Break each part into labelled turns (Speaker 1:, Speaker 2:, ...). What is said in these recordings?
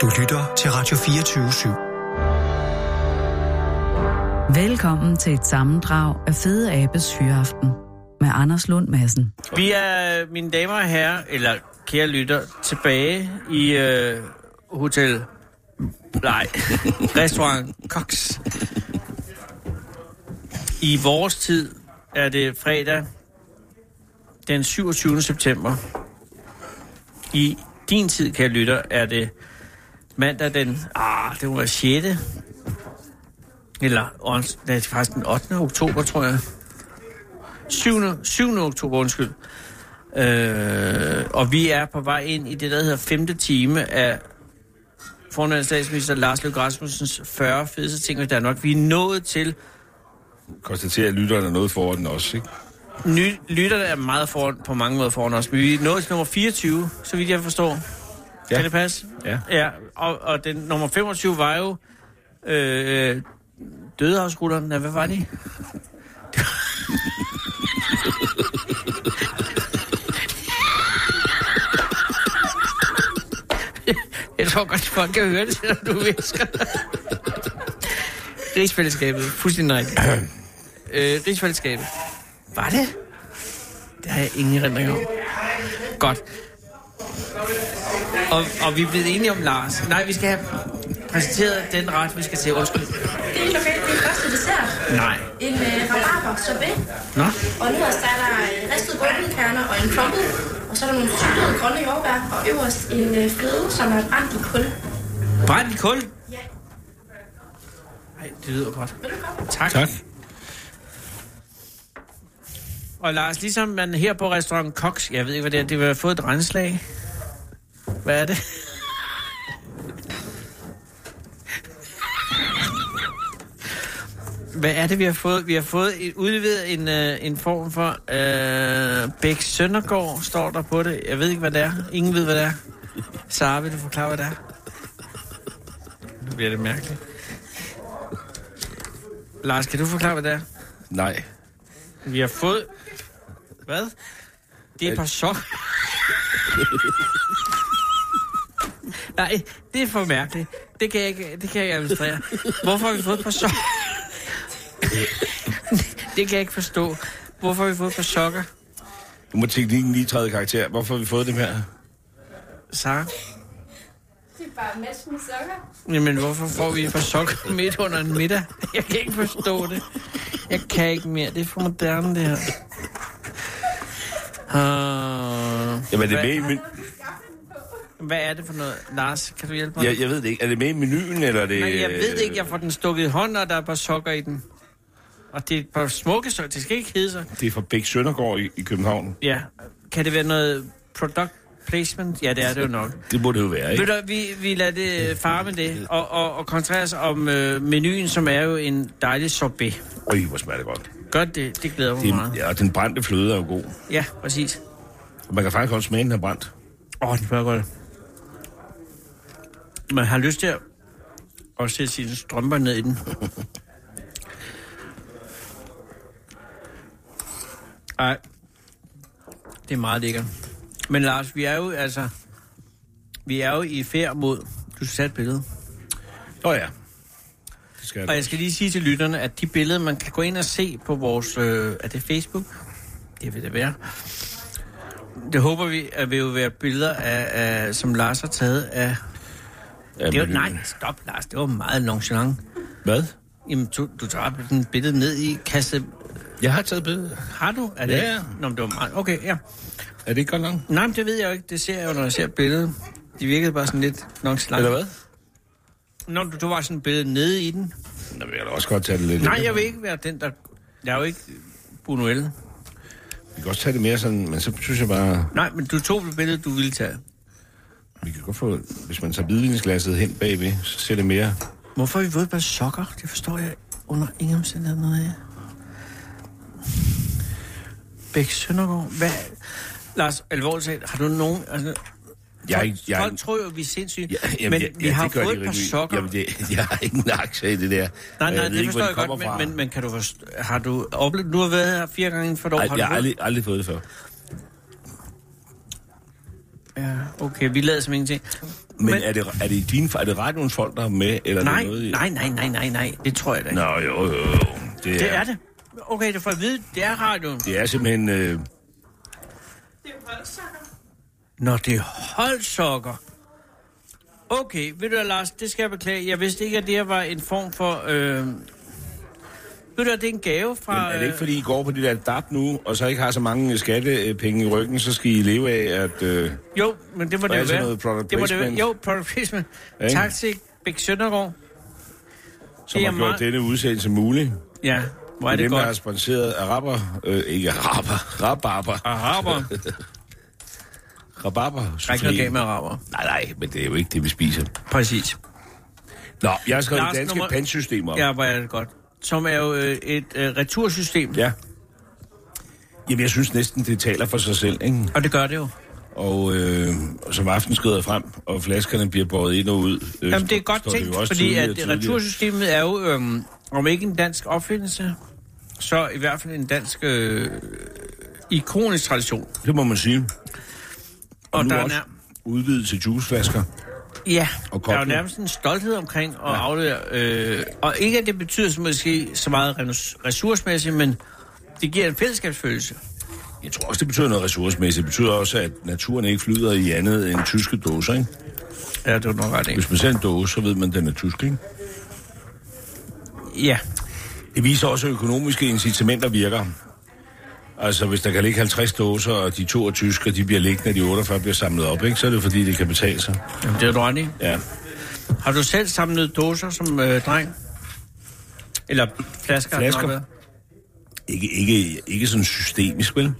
Speaker 1: Du lytter til Radio 24 /7.
Speaker 2: Velkommen til et sammendrag af Fede Abes Hyreaften med Anders Lund Madsen.
Speaker 3: Vi er, mine damer og herrer, eller kære lytter, tilbage i øh, Hotel... Nej, restaurant Cox. I vores tid er det fredag den 27. september. I din tid, kære lytter, er det mandag den... Ah, det var 6. Eller ons- nej, det er faktisk den 8. oktober, tror jeg. 7. 7. oktober, undskyld. Øh, og vi er på vej ind i det, der hedder femte time af forhåndværende statsminister Lars Løkke Rasmussens 40 fedeste ting ved Danmark. Vi er nået til,
Speaker 4: konstatere, at lytterne er noget foran den også, ikke?
Speaker 3: ny, lytterne er meget foran, på mange måder foran os, men vi er nået til nummer 24, så vidt jeg forstår. Ja.
Speaker 4: Ja.
Speaker 3: Kan det passe?
Speaker 4: Ja.
Speaker 3: Ja, og, og den nummer 25 var jo øh, dødehavsrullerne. Nej, Hvad var de? Jeg tror godt, folk kan høre det, når du visker. Rigsfællesskabet. Fuldstændig rigtigt. øh, Rigsfællesskabet. Var det? Det har jeg ingen erindring om. Godt. Og, og vi er blevet enige om Lars. Nej, vi skal have præsenteret den ret, vi skal til. Undskyld.
Speaker 5: Det er normalt min første dessert.
Speaker 3: Nej.
Speaker 5: En øh, rabarber sorbet.
Speaker 3: Nå?
Speaker 5: Og nederst der er der øh, ristede bønnekerner og en klumpet. Og så er der nogle syltede grønne jordbær. Og øverst en øh, fløde, som er brændt i kul.
Speaker 3: Brændt i kul?
Speaker 5: Ja,
Speaker 3: Nej, det lyder godt.
Speaker 5: velkommen.
Speaker 3: Tak.
Speaker 4: Tak.
Speaker 3: Og Lars, ligesom man her på restaurant Cox, jeg ved ikke, hvad det er, det var fået et renslag. Hvad er det? Hvad er det, vi har fået? Vi har fået et, udleveret en, øh, en form for øh, Bæk Søndergaard, står der på det. Jeg ved ikke, hvad det er. Ingen ved, hvad det er. Sara, vil du forklare, hvad det er? Nu bliver det mærkeligt. Lars, kan du forklare, hvad det er?
Speaker 4: Nej.
Speaker 3: Vi har fået... Hvad? Det er et par sokker. Nej, det er for mærkeligt. Det kan jeg ikke, det kan jeg ikke administrere. Hvorfor har vi fået et par sokker? det kan jeg ikke forstå. Hvorfor har vi fået et par sokker?
Speaker 4: Nu må teknikken lige træde i karakter. Hvorfor har vi fået dem her?
Speaker 3: Sara?
Speaker 5: Det er bare match med sokker.
Speaker 3: Jamen, hvorfor får vi et par sokker midt under en middag? Jeg kan ikke forstå det. Jeg kan ikke mere. Det er for moderne, det her. Uh,
Speaker 4: Jamen, er det
Speaker 3: hvad,
Speaker 4: med i men-
Speaker 3: hvad er det for noget? Lars, kan du hjælpe mig?
Speaker 4: jeg, jeg ved det ikke. Er det med i menuen, eller er det...
Speaker 3: Nej, jeg ved ikke, jeg får den stukket i hånden, og der er et par sokker i den. Og det er et par smukke sokker, det skal ikke hedde sig.
Speaker 4: Det er fra Bæk Søndergaard i, i København.
Speaker 3: Ja, kan det være noget product placement? Ja, det er det jo nok.
Speaker 4: Det må det jo være,
Speaker 3: Ved
Speaker 4: ikke?
Speaker 3: du, vi, vi lader det fare med det, og, og, og koncentrere os om øh, menuen, som er jo en dejlig sorbet.
Speaker 4: Øj, hvor smager det godt.
Speaker 3: Gør det, det glæder mig
Speaker 4: Det,
Speaker 3: meget.
Speaker 4: ja, og den brændte fløde er jo god.
Speaker 3: Ja, præcis.
Speaker 4: Og man kan faktisk også smage, den er brændt.
Speaker 3: Åh, oh, det smager godt. Man har lyst til at, at sætte sine strømper ned i den. Ej, det er meget lækkert. Men Lars, vi er jo altså... Vi er jo i færd mod... Du skal tage et billede.
Speaker 4: Nå ja. Det skal jeg
Speaker 3: Og
Speaker 4: da.
Speaker 3: jeg skal lige sige til lytterne, at de billeder, man kan gå ind og se på vores... Øh, er det Facebook? Det vil det være. Det håber vi, at vil jo være billeder, af, af, som Lars har taget af...
Speaker 4: Ja,
Speaker 3: Det var,
Speaker 4: menuen.
Speaker 3: nej, stop Lars, det var meget nonchalant.
Speaker 4: Hvad?
Speaker 3: Jamen, du, du tager den billede ned i kasse...
Speaker 4: Jeg har taget billede.
Speaker 3: Har du? Er det?
Speaker 4: Ja.
Speaker 3: Nå, men det var meget... Okay, ja.
Speaker 4: Er det ikke godt langt?
Speaker 3: Nej, men det ved jeg jo ikke. Det ser jeg jo, når jeg ser billedet. De virkede bare sådan lidt nonchalant.
Speaker 4: Eller hvad?
Speaker 3: Nå, du, du var sådan et billede nede i den.
Speaker 4: Nå, men jeg kan da også godt tage det lidt.
Speaker 3: Nej, jeg vil ikke være den, der... Jeg er jo ikke Bunuel.
Speaker 4: Vi kan også tage det mere sådan, men så synes jeg bare...
Speaker 3: Nej, men du tog det billede, du ville tage.
Speaker 4: Vi kan godt få... Hvis man tager hvidvinsglasset hen bagved, så ser det mere...
Speaker 3: Hvorfor har vi fået bare sokker? Det forstår jeg under ingen omstændighed noget af. Bæk Søndergaard, hvad... Lars, alvorligt talt, har du nogen... Altså,
Speaker 4: Jeg er ikke... Jeg er
Speaker 3: Folk
Speaker 4: ikke-
Speaker 3: tror jo, vi er sindssyge,
Speaker 4: Ja, jamen,
Speaker 3: men
Speaker 4: ja,
Speaker 3: vi
Speaker 4: ja,
Speaker 3: har
Speaker 4: det gør
Speaker 3: fået
Speaker 4: de
Speaker 3: et par
Speaker 4: rimelig-
Speaker 3: sokker.
Speaker 4: Jamen, det, jeg har ingen aktie i det der.
Speaker 3: nej,
Speaker 4: Og
Speaker 3: nej, det
Speaker 4: ved ikke,
Speaker 3: forstår
Speaker 4: hvor
Speaker 3: jeg
Speaker 4: kommer
Speaker 3: godt, men, men, men kan du forstå, har du oplevet... Nu har jeg været her fire gange inden for et år.
Speaker 4: fra. Ej,
Speaker 3: har du
Speaker 4: jeg har
Speaker 3: fået-
Speaker 4: aldrig, aldrig fået det før.
Speaker 3: Ja, okay, vi lader som ingenting.
Speaker 4: Men, men er, det, er, det din, er det radioens folk, der er med? Eller er
Speaker 3: Nej,
Speaker 4: det noget, i-
Speaker 3: nej, nej, nej, nej, nej. Det tror jeg da ikke.
Speaker 4: Nå, jo, jo, jo. Det er
Speaker 3: Det er det. Okay, det får jeg at vide. Det er radioen.
Speaker 4: Det er simpelthen... Øh,
Speaker 3: Nå, det er holdsokker. Okay, ved du hvad, Lars, det skal jeg beklage. Jeg vidste ikke, at det her var en form for... Øh... Ved du hvad, det er en gave
Speaker 4: men
Speaker 3: fra...
Speaker 4: er det ikke,
Speaker 3: øh,
Speaker 4: fordi I går på det der DAP nu, og så ikke har så mange øh, skattepenge i ryggen, så skal I leve af, at... Øh,
Speaker 3: Jo, men det må det
Speaker 4: er
Speaker 3: jo
Speaker 4: sådan
Speaker 3: være.
Speaker 4: noget product
Speaker 3: det må det jo være.
Speaker 4: placement.
Speaker 3: Jo, product placement.
Speaker 4: Ikke?
Speaker 3: Tak til Bæk Søndergaard.
Speaker 4: som
Speaker 3: Det er
Speaker 4: har gjort
Speaker 3: meget-
Speaker 4: denne udsendelse mulig.
Speaker 3: Ja, hvor er det
Speaker 4: dem, der har
Speaker 3: godt.
Speaker 4: sponsoreret araber... Øh, ikke araber. Rabarber.
Speaker 3: Araber.
Speaker 4: Rabarber.
Speaker 3: Der er ikke noget galt med araber.
Speaker 4: Nej, nej, men det er jo ikke det, vi spiser.
Speaker 3: Præcis.
Speaker 4: Nå, jeg har skrevet
Speaker 3: Lars,
Speaker 4: det danske
Speaker 3: nummer-
Speaker 4: nummer... pantsystem op.
Speaker 3: Ja, hvor er det godt. Som er jo øh, et øh, retursystem.
Speaker 4: ja. Jamen, jeg synes næsten, det taler for sig selv, ikke?
Speaker 3: Og det gør det jo.
Speaker 4: Og øh, som aften skrider frem, og flaskerne bliver båret ind og ud. Øh,
Speaker 3: Jamen, det er godt
Speaker 4: står jo
Speaker 3: tænkt,
Speaker 4: også
Speaker 3: fordi
Speaker 4: tydeligere
Speaker 3: at
Speaker 4: og tydeligere.
Speaker 3: retursystemet er jo, øhm, om ikke en dansk opfindelse, så i hvert fald en dansk øh, ikonisk tradition.
Speaker 4: Det må man sige.
Speaker 3: Og
Speaker 4: nu
Speaker 3: der er
Speaker 4: også
Speaker 3: nær-
Speaker 4: udvidet til juiceflasker.
Speaker 3: Ja,
Speaker 4: Og
Speaker 3: der er jo
Speaker 4: koblet.
Speaker 3: nærmest en stolthed omkring at ja. aflevere. Øh, og ikke, at det betyder så måske så meget renus- ressourcemæssigt, men det giver en fællesskabsfølelse.
Speaker 4: Jeg tror også, det betyder noget ressourcemæssigt. Det betyder også, at naturen ikke flyder i andet end tyske dåser, ikke?
Speaker 3: Ja, det er nok ret
Speaker 4: Hvis man ser en dåse, så ved man, at den er tysk, ikke?
Speaker 3: Ja,
Speaker 4: Det viser også, at økonomiske incitamenter virker. Altså, hvis der kan ligge 50 dåser, og de 22 tysker, de bliver liggende, og de 48 bliver samlet op, ikke? Så er det fordi, det kan betale sig.
Speaker 3: Jamen, det er du ret i.
Speaker 4: Ja.
Speaker 3: Har du selv samlet dåser som øh, dreng? Eller flasker?
Speaker 4: Flasker.
Speaker 3: har det nok været.
Speaker 4: Ikke, ikke, ikke sådan systemisk, vel?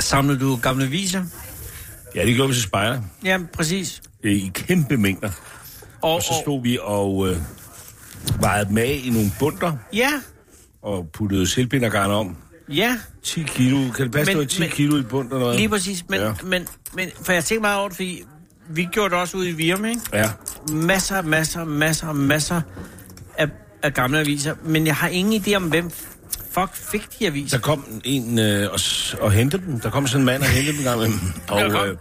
Speaker 3: Samlede du gamle viser?
Speaker 4: Ja, det gjorde vi til spejder.
Speaker 3: Jamen, præcis.
Speaker 4: øh, i kæmpe mængder.
Speaker 3: Og,
Speaker 4: Og så stod vi og øh, vejede dem af i nogle bunter
Speaker 3: Ja,
Speaker 4: og puttede selvbindergarn om.
Speaker 3: ja,
Speaker 4: 10 kilo. Kan det passe,
Speaker 3: Men-
Speaker 4: det var 10
Speaker 3: men-
Speaker 4: kilo i bund eller noget?
Speaker 3: lige præcis. Men, ja.
Speaker 4: Ja.
Speaker 3: men, men for jeg tænkte meget over det, fordi vi gjorde det også ude i Virum, ikke?
Speaker 4: Ja.
Speaker 3: Masser, masser, masser, masser af, af gamle aviser. Men jeg har ingen idé om, hvem fuck fik de aviser.
Speaker 4: Der kom en øh, og, s- og hentede dem. Der kom sådan en mand og hentede dem. Gang
Speaker 3: Der
Speaker 4: og
Speaker 3: kom,
Speaker 4: øh,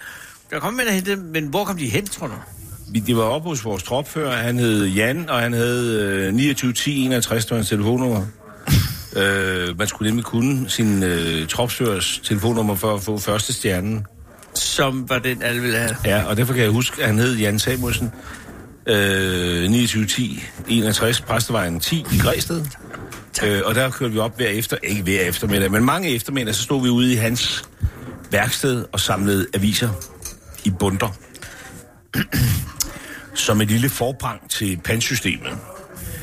Speaker 3: der kom en og hentede dem, men hvor kom de hen, tror du?
Speaker 4: vi- de var oppe hos vores tropfører. Han hed Jan, og han havde øh, 291061, det var hans telefonnummer. øh, man skulle nemlig kunne sin øh, tropførers telefonnummer for at få første stjernen.
Speaker 3: Som var den, alle ville have.
Speaker 4: Ja, og derfor kan jeg huske, at han hed Jan Samuelsen, øh, 2910, 61, Præstevejen 10 i Græsted. Øh, og der kørte vi op hver efter, ikke hver eftermiddag, men mange eftermiddag, så stod vi ude i hans værksted og samlede aviser i bunter. Som et lille forprang til pansystemet.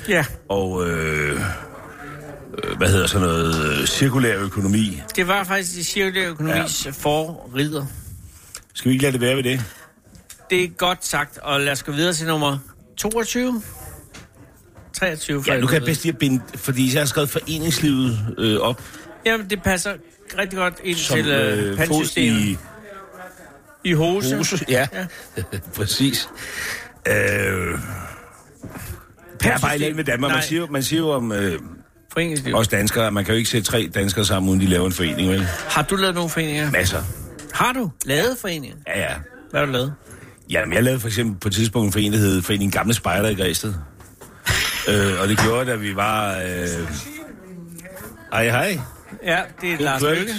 Speaker 3: Ja,
Speaker 4: Og øh, øh, hvad hedder sådan noget, øh, cirkulær økonomi.
Speaker 3: det var faktisk de cirkulære økonomis ja. forrider.
Speaker 4: Skal vi ikke lade det være ved det?
Speaker 3: Det er godt sagt, og lad os gå videre til nummer 22. 23. for
Speaker 4: Ja, nu kan jeg
Speaker 3: helvede.
Speaker 4: bedst lige at binde, fordi jeg har skrevet foreningslivet øh, op
Speaker 3: Jamen, det passer rigtig godt ind
Speaker 4: som
Speaker 3: til øh,
Speaker 4: øh, fod
Speaker 3: pandsystemet. I,
Speaker 4: i
Speaker 3: I hose.
Speaker 4: hose. Ja, præcis. Øh, der er bare et land med Danmark. Man
Speaker 3: Nej.
Speaker 4: siger, jo- man siger jo om øh,
Speaker 3: Foreningsliv.
Speaker 4: os danskere, at man kan jo ikke sætte tre danskere sammen, uden de laver en forening, vel?
Speaker 3: Har du lavet nogle foreninger?
Speaker 4: Masser.
Speaker 3: Har du lavet foreninger?
Speaker 4: Ja, ja.
Speaker 3: Hvad har du lavet?
Speaker 4: Jamen, jeg lavede for eksempel på et tidspunkt en forening, der hed Foreningen Gamle Spejder i Græsted. øh, og det gjorde, da vi var... Øh... Hej, hej.
Speaker 3: Ja, det er
Speaker 4: God
Speaker 3: Lars
Speaker 4: kveld.
Speaker 3: Lykke.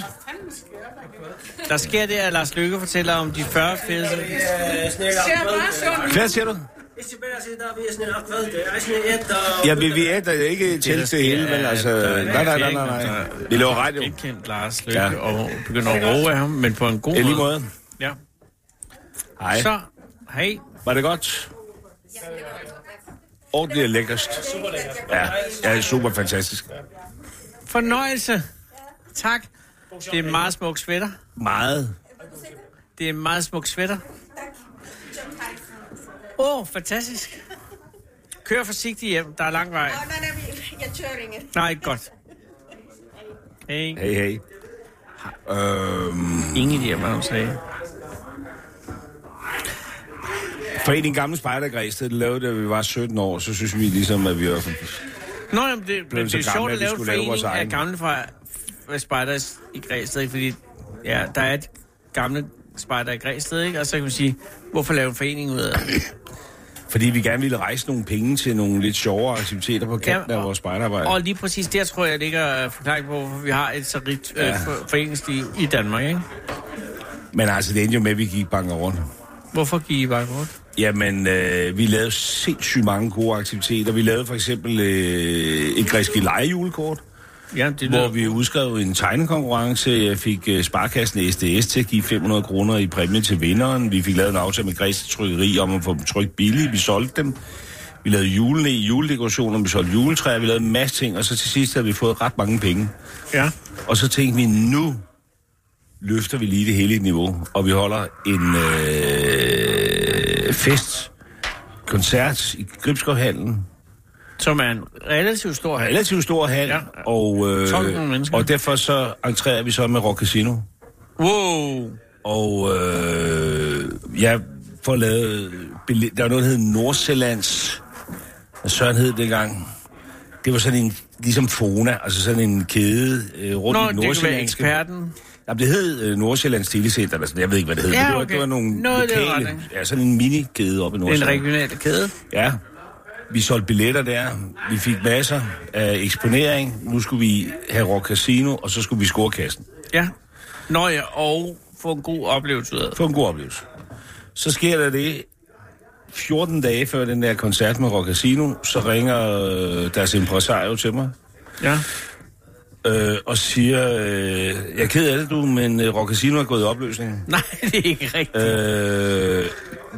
Speaker 3: Der sker det, at Lars Lykke fortæller om de 40 fedeste.
Speaker 4: Hvad siger du? Ja, vi, vi er der ikke
Speaker 3: der
Speaker 4: til
Speaker 3: sker,
Speaker 4: det hele,
Speaker 3: er,
Speaker 4: men altså...
Speaker 3: at-
Speaker 4: Nej, nej, nej, nej, nej. Vi laver radio.
Speaker 3: Jeg kendte Lars Lykke ja.
Speaker 4: Ja.
Speaker 3: og begynder at roe af ham, men på en god
Speaker 4: Ja, lige
Speaker 3: måde.
Speaker 4: måde.
Speaker 3: Ja.
Speaker 4: Hej.
Speaker 3: Så, hej.
Speaker 4: Var det godt? Ordentligt og lækkerst. Ja, ja, super fantastisk.
Speaker 3: Fornøjelse. Tak. Det er en meget smuk sweater.
Speaker 4: Meget.
Speaker 3: Det er en meget smuk sweater. Åh, oh, fantastisk. Kør forsigtigt hjem, der er lang vej.
Speaker 5: nej, nej, jeg tør ringe.
Speaker 3: Nej, godt. Hey.
Speaker 4: Hey, hey. Øhm,
Speaker 3: Ingen idé, om, hvad hun sagde.
Speaker 4: Foreningen Gamle Spejdergræsted, det lavede, da vi var 17 år, så synes vi ligesom, at vi var...
Speaker 3: Nå, jamen, det, men det
Speaker 4: så
Speaker 3: er
Speaker 4: gamle,
Speaker 3: sjovt at
Speaker 4: at vi
Speaker 3: lave en
Speaker 4: skulle lave vores
Speaker 3: forening af
Speaker 4: egen.
Speaker 3: gamle fra, fra spejders i Græsted, ikke? fordi ja, der er et gamle spejder i Græsted, ikke? Og så kan man sige, hvorfor lave en forening ud af det?
Speaker 4: Fordi vi gerne ville rejse nogle penge til nogle lidt sjovere aktiviteter på kanten
Speaker 3: Ja,
Speaker 4: af
Speaker 3: og-
Speaker 4: vores spejderarbejde.
Speaker 3: Og lige præcis der tror jeg ligger øh, forklaringen på, hvorfor vi har et så rigt øh, for- foreningsliv i Danmark, ikke?
Speaker 4: Men altså, det endte jo med, at vi gik banker rundt.
Speaker 3: Hvorfor gik I bare rundt?
Speaker 4: Jamen, øh, vi lavede sindssygt mange gode aktiviteter. Vi lavede for eksempel øh, et græske lejejulekort,
Speaker 3: Ja, det
Speaker 4: hvor
Speaker 3: lyder...
Speaker 4: vi udskrev en tegnekonkurrence. Jeg fik øh, sparkassen SDS til at give 500 kroner i præmie til vinderen. Vi fik lavet en aftale med Græske Trykkeri om at få dem trykt billigt. Vi solgte dem. Vi lavede julene i juledekorationer, vi solgte juletræer, vi lavede en masse ting, og så til sidst havde vi fået ret mange penge.
Speaker 3: Ja.
Speaker 4: Og så tænkte vi, nu løfter vi lige det hele i et niveau, og vi holder en øh, fest, koncert i Gribskovhallen.
Speaker 3: Som er en relativt stor hal.
Speaker 4: Relativt stor hal,
Speaker 3: Ja.
Speaker 4: ja. og, øh,
Speaker 3: 1200 mennesker.
Speaker 4: og derfor så entrerer vi så med Rock Casino.
Speaker 3: Wow!
Speaker 4: Og øh, jeg får lavet... billet- Der var noget, der hed Nordsjællands... Hvad Søren hed det dengang? Det var sådan en... Ligesom Fona, altså sådan en kæde øh, rundt
Speaker 3: Nå,
Speaker 4: i
Speaker 3: det kan være
Speaker 4: Nordsjællandske...
Speaker 3: eksperten.
Speaker 4: Jamen, det hed øh, Nordsjællands Telecenter, eller sådan, jeg ved ikke, hvad det hed.
Speaker 3: Ja,
Speaker 4: men det, var,
Speaker 3: okay.
Speaker 4: det var nogle
Speaker 3: Noget i den
Speaker 4: lokale,
Speaker 3: retning.
Speaker 4: ja, sådan en minikæde oppe i
Speaker 3: En
Speaker 4: Nordsjælland.
Speaker 3: regional kæde.
Speaker 4: Ja, vi solgte billetter der, vi fik masser af eksponering, nu skulle vi have Rock Casino, og så skulle vi score kassen.
Speaker 3: Ja. Nå ja, og få en god oplevelse ud af det.
Speaker 4: Få en god oplevelse. Så sker der det, 14 dage før den der koncert med Rock Casino, så ringer øh, deres impresario til mig,
Speaker 3: Ja.
Speaker 4: øh, og siger, øh, jeg er ked af det, du, men øh, Rock Casino er gået i opløsning.
Speaker 3: Nej, det er ikke rigtigt.
Speaker 4: Øh,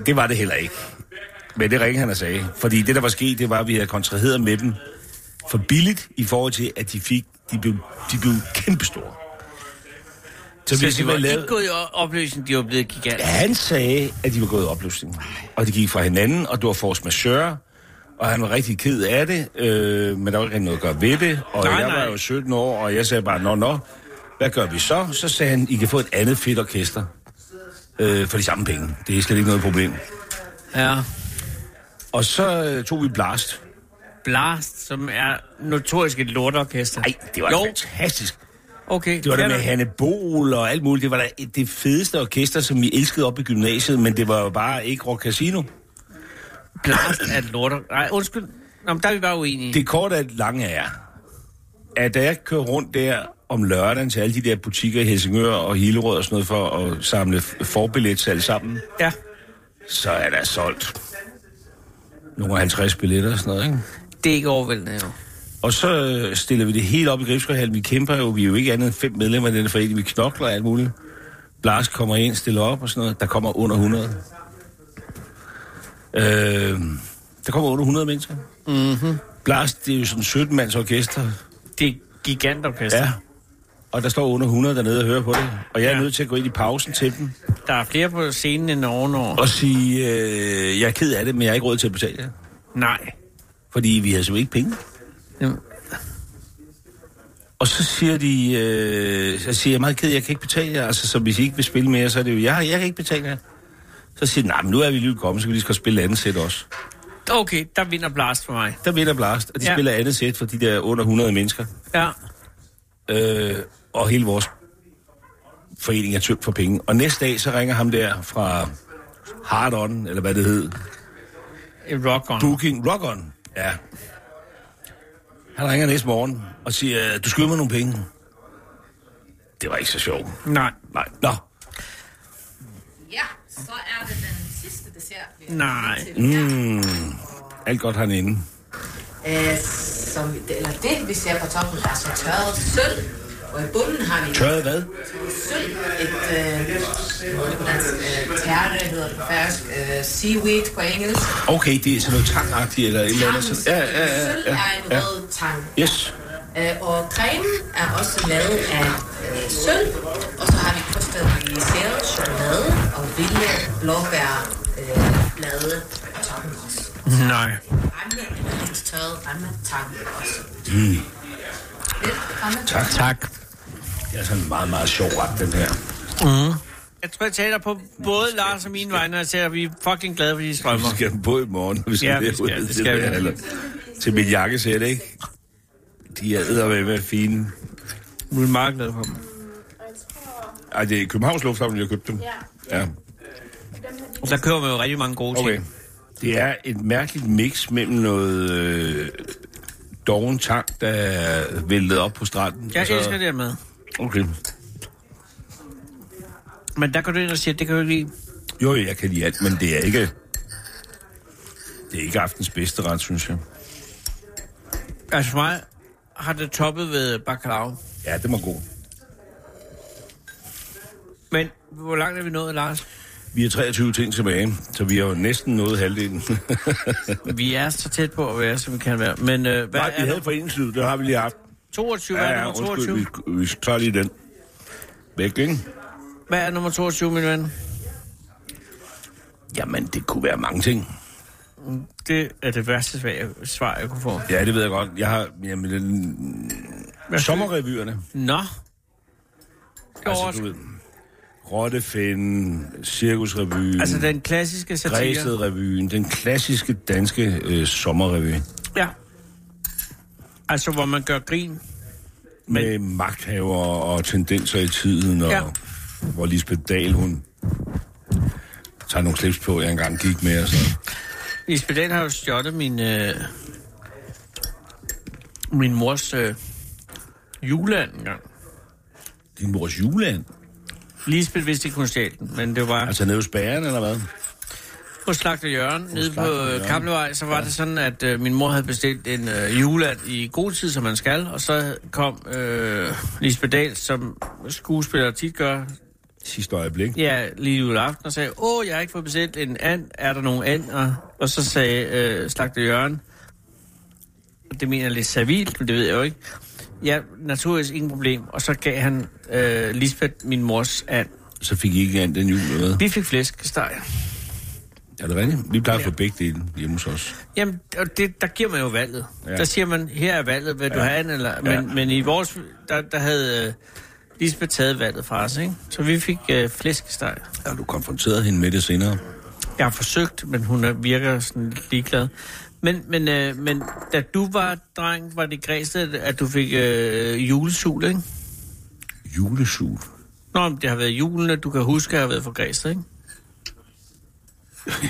Speaker 4: det var det heller ikke. Men det ringede han og sagde. Fordi det, der var sket, det var, at vi havde kontraheret med dem for billigt i forhold til, at de fik, de blev, de blev kæmpestore. Så,
Speaker 3: Så
Speaker 4: vi
Speaker 3: de var
Speaker 4: simpelthen
Speaker 3: ikke
Speaker 4: lavede,
Speaker 3: gået i o- opløsning, de var blevet gigantiske.
Speaker 4: han sagde, at de var gået i opløsning. Og de gik fra hinanden, og det var force majeure. Og han var rigtig ked af det, øh, men der var ikke rigtig noget at gøre ved det. Og
Speaker 3: Nej,
Speaker 4: jeg
Speaker 3: nej.
Speaker 4: var jo 17 år, og jeg sagde bare, nå, nå, hvad gør vi så? Så sagde han, I kan få et andet fedt orkester øh, for de samme penge. Det er slet ikke noget problem.
Speaker 3: Ja.
Speaker 4: Og så øh, tog vi Blast.
Speaker 3: Blast, som er notorisk et lortorkester.
Speaker 4: Nej, det var
Speaker 3: jo,
Speaker 4: jo. fantastisk.
Speaker 3: okay.
Speaker 4: Det var der
Speaker 3: fair
Speaker 4: med
Speaker 3: nok.
Speaker 4: Hanne Bol og alt muligt. Det var da et- det fedeste orkester, som vi elskede op i gymnasiet, men det var jo bare ikke Rock Casino.
Speaker 3: Blast er et lorter... Nej, undskyld. Nå, men der er vi bare uenige.
Speaker 4: Det korte af det lange er, at da jeg kører rundt der om lørdagen til alle de der butikker i Helsingør og Hillerød og sådan noget for at samle f- forbilletsalg sammen,
Speaker 3: Ja.
Speaker 4: så er der solgt nogle 50 billetter og sådan noget, ikke?
Speaker 3: Det er ikke overvældende, jo.
Speaker 4: Og så øh, stiller vi det helt op i Gribskovhallen. Vi kæmper jo, vi er jo ikke andet end fem medlemmer af den forening. Vi knokler og alt muligt. Blast kommer ind, stiller op og sådan noget. Der kommer under 100. Øh, der kommer under 100 mennesker. Mm-hmm. Blast, det er jo sådan 17 mands orkester.
Speaker 3: Det er et gigantorkester.
Speaker 4: Ja. Og der står under 100 dernede og hører på det. Og jeg er
Speaker 3: Ja.
Speaker 4: ja. nødt til at gå ind i pausen til dem
Speaker 3: Der er flere på scenen end ovenover.
Speaker 4: og sige, øh, jeg er ked af det, men jeg har ikke råd til at betale jer.
Speaker 3: Nej.
Speaker 4: Fordi vi havde simpelthen ikke penge.
Speaker 3: Jamen,
Speaker 4: Og så siger de, øh, så siger jeg, jeg er meget ked, jeg kan ikke betale jer. Altså, så hvis I ikke vil spille mere, så er det jo, jeg, jeg kan ikke betale jer. Så siger de, nej, men nu er vi lige kommet, så kan vi lige så godt spille andet sæt også.
Speaker 3: Okay, der vinder Blast for mig.
Speaker 4: Der vinder Blast, og de
Speaker 3: Ja.
Speaker 4: ja. spiller andet sæt for de der under 100 mennesker.
Speaker 3: Ja.
Speaker 4: Øh, og hele vores forening er tømt for penge. Og næste dag, så ringer ham der fra Hard On, eller hvad det hed,
Speaker 3: Et rock on.
Speaker 4: Booking Rock On. Ja. Han ringer næste morgen og siger, du skylder mig nogle penge. Det var ikke så sjovt.
Speaker 3: Nej.
Speaker 4: Nej, nå,
Speaker 6: Ja, så er det den sidste dessert. vi har
Speaker 3: Nej.
Speaker 6: til.
Speaker 4: Mm.
Speaker 6: Ja.
Speaker 4: Hmm. alt godt herinde.
Speaker 6: Øh, som, eller det, vi ser på toppen, er så tørret sølv. Og i bunden har vi
Speaker 4: Tørret hvad?
Speaker 6: sølv, et øh, dansk, øh, terne, hedder det på færøsk, øh, seaweed på engelsk.
Speaker 4: Okay, det er sådan noget tangagtigt eller et eller andet.
Speaker 6: Tangens
Speaker 4: sådan- Ja, ja, ja.
Speaker 6: Sølv
Speaker 4: ja,
Speaker 6: er en
Speaker 4: ja.
Speaker 6: rød tang.
Speaker 4: Yes.
Speaker 6: Øh, og cremen er også lavet af øh, sølv, og så har vi krystet i sæde, chokolade og vilde blåbær øh, blade på toppen også.
Speaker 3: Nej.
Speaker 6: Ramme, eller lidt tørret ramme, tang også.
Speaker 4: Mm.
Speaker 6: Velkommen.
Speaker 4: Tak. Tak. Det er sådan en meget, meget sjov ret, den her.
Speaker 3: Jeg tror, jeg taler på både Lars og mine vegne, når jeg siger, at vi er fucking glade for de strømmer.
Speaker 4: Vi skal have dem på i morgen, hvis
Speaker 3: Ja,
Speaker 4: ja, vi
Speaker 3: vi skal-
Speaker 4: skal.
Speaker 3: det skal vi.
Speaker 4: Eller, til mit jakkesæt, ikke? De er eddermame fine.
Speaker 3: Vi er meget glade for dem.
Speaker 4: Ej, det er Københavns Lufthavn, jeg købte dem. Ja. Ja,
Speaker 3: Der kører man jo rigtig mange gode ting.
Speaker 4: okay. Det er et mærkeligt mix mellem noget øh, doven tang, der er væltet op på stranden.
Speaker 3: Jeg
Speaker 4: og
Speaker 3: så... elsker det her med.
Speaker 4: Okay.
Speaker 3: Men der går du ind og siger, at det kan du ikke lide.
Speaker 4: Jo, jeg kan lide alt, men det er ikke... Det er ikke aftens bedste ret, synes jeg.
Speaker 3: Altså for mig har det toppet ved bacalao.
Speaker 4: Ja, det var god.
Speaker 3: Men hvor langt er vi nået, Lars?
Speaker 4: Vi har 23 ting tilbage, så vi har jo næsten nået halvdelen.
Speaker 3: Vi er så tæt på at være, som vi kan være. Men øh, hvad
Speaker 4: Nej, vi
Speaker 3: er
Speaker 4: havde
Speaker 3: det?
Speaker 4: foreningslivet, det har vi lige haft.
Speaker 3: 22, hvad er nummer 22?
Speaker 4: undskyld, vi, vi tager lige den. Væk, ikke?
Speaker 3: Hvad er nummer 22, min ven?
Speaker 4: Jamen, det kunne være mange ting.
Speaker 3: Det er det værste svar, jeg, svar, jeg kunne få.
Speaker 4: Ja, det ved jeg godt. Jeg har... Jamen, den,
Speaker 3: Hvad
Speaker 4: sommerrevyerne.
Speaker 3: Nå.
Speaker 4: Altså, du ved, Rottefænden, Cirkusrevyen,
Speaker 3: altså den klassiske satire.
Speaker 4: Græsted-revyen, den klassiske danske øh, sommerrevy.
Speaker 3: Ja. Altså, hvor man gør grin.
Speaker 4: Med magthaver og tendenser i tiden, og
Speaker 3: Ja.
Speaker 4: ja. hvor Lisbeth Dahl, hun tager nogle clips på, jeg engang gik med. Og så.
Speaker 3: Lisbeth Dahl har jo stjålet min, øh, min mors øh, juleand engang.
Speaker 4: Din mors juleand?
Speaker 3: Lisbeth vidste ikke, hun stjal den, men det var
Speaker 4: Altså nede hos bæren, eller hvad?
Speaker 3: på Slagter Jørgen, nede på
Speaker 4: Slagter
Speaker 3: øh,
Speaker 4: Jørgen.
Speaker 3: Kablevej, så var det sådan, at øh, min mor havde bestilt en øh, juleand i god tid, som man skal, og så kom øh, Lisbeth Dahl, som skuespiller tit gør,
Speaker 4: Sidste øjeblik.
Speaker 3: ja, lige juleaften, og sagde, åh, jeg har ikke fået bestilt en and, er der nogen and? Og, og så sagde øh, Slagter Jørgen, og det mener jeg lidt servilt, men det ved jeg jo ikke, ja, naturligvis ingen problem, og så gav han øh, Lisbeth min mors and.
Speaker 4: Så fik I ikke andet den jul, eller hvad?
Speaker 3: Vi fik flæskesteg.
Speaker 4: Er det rigtigt? Vi plejer at få begge dele hjemme hos os.
Speaker 3: Jamen, og det, der giver man jo valget. Ja.
Speaker 4: Ja.
Speaker 3: Der siger man, her er valget, vil du ja. have an, eller... Men,
Speaker 4: Ja.
Speaker 3: men i vores, der, der havde øh, Lisbeth taget valget fra os, ikke? Så vi fik øh, flæskesteg.
Speaker 4: Ja, du konfronterede hende med det senere.
Speaker 3: Jeg har forsøgt, men hun er- virker sådan lidt ligeglad. Men, men, øh, men da du var dreng, var det græsted, at du fik øh, julesul, ikke?
Speaker 4: Julesul.
Speaker 3: Nå, men det har været julene, du kan huske, at jeg har været for græsted, ikke?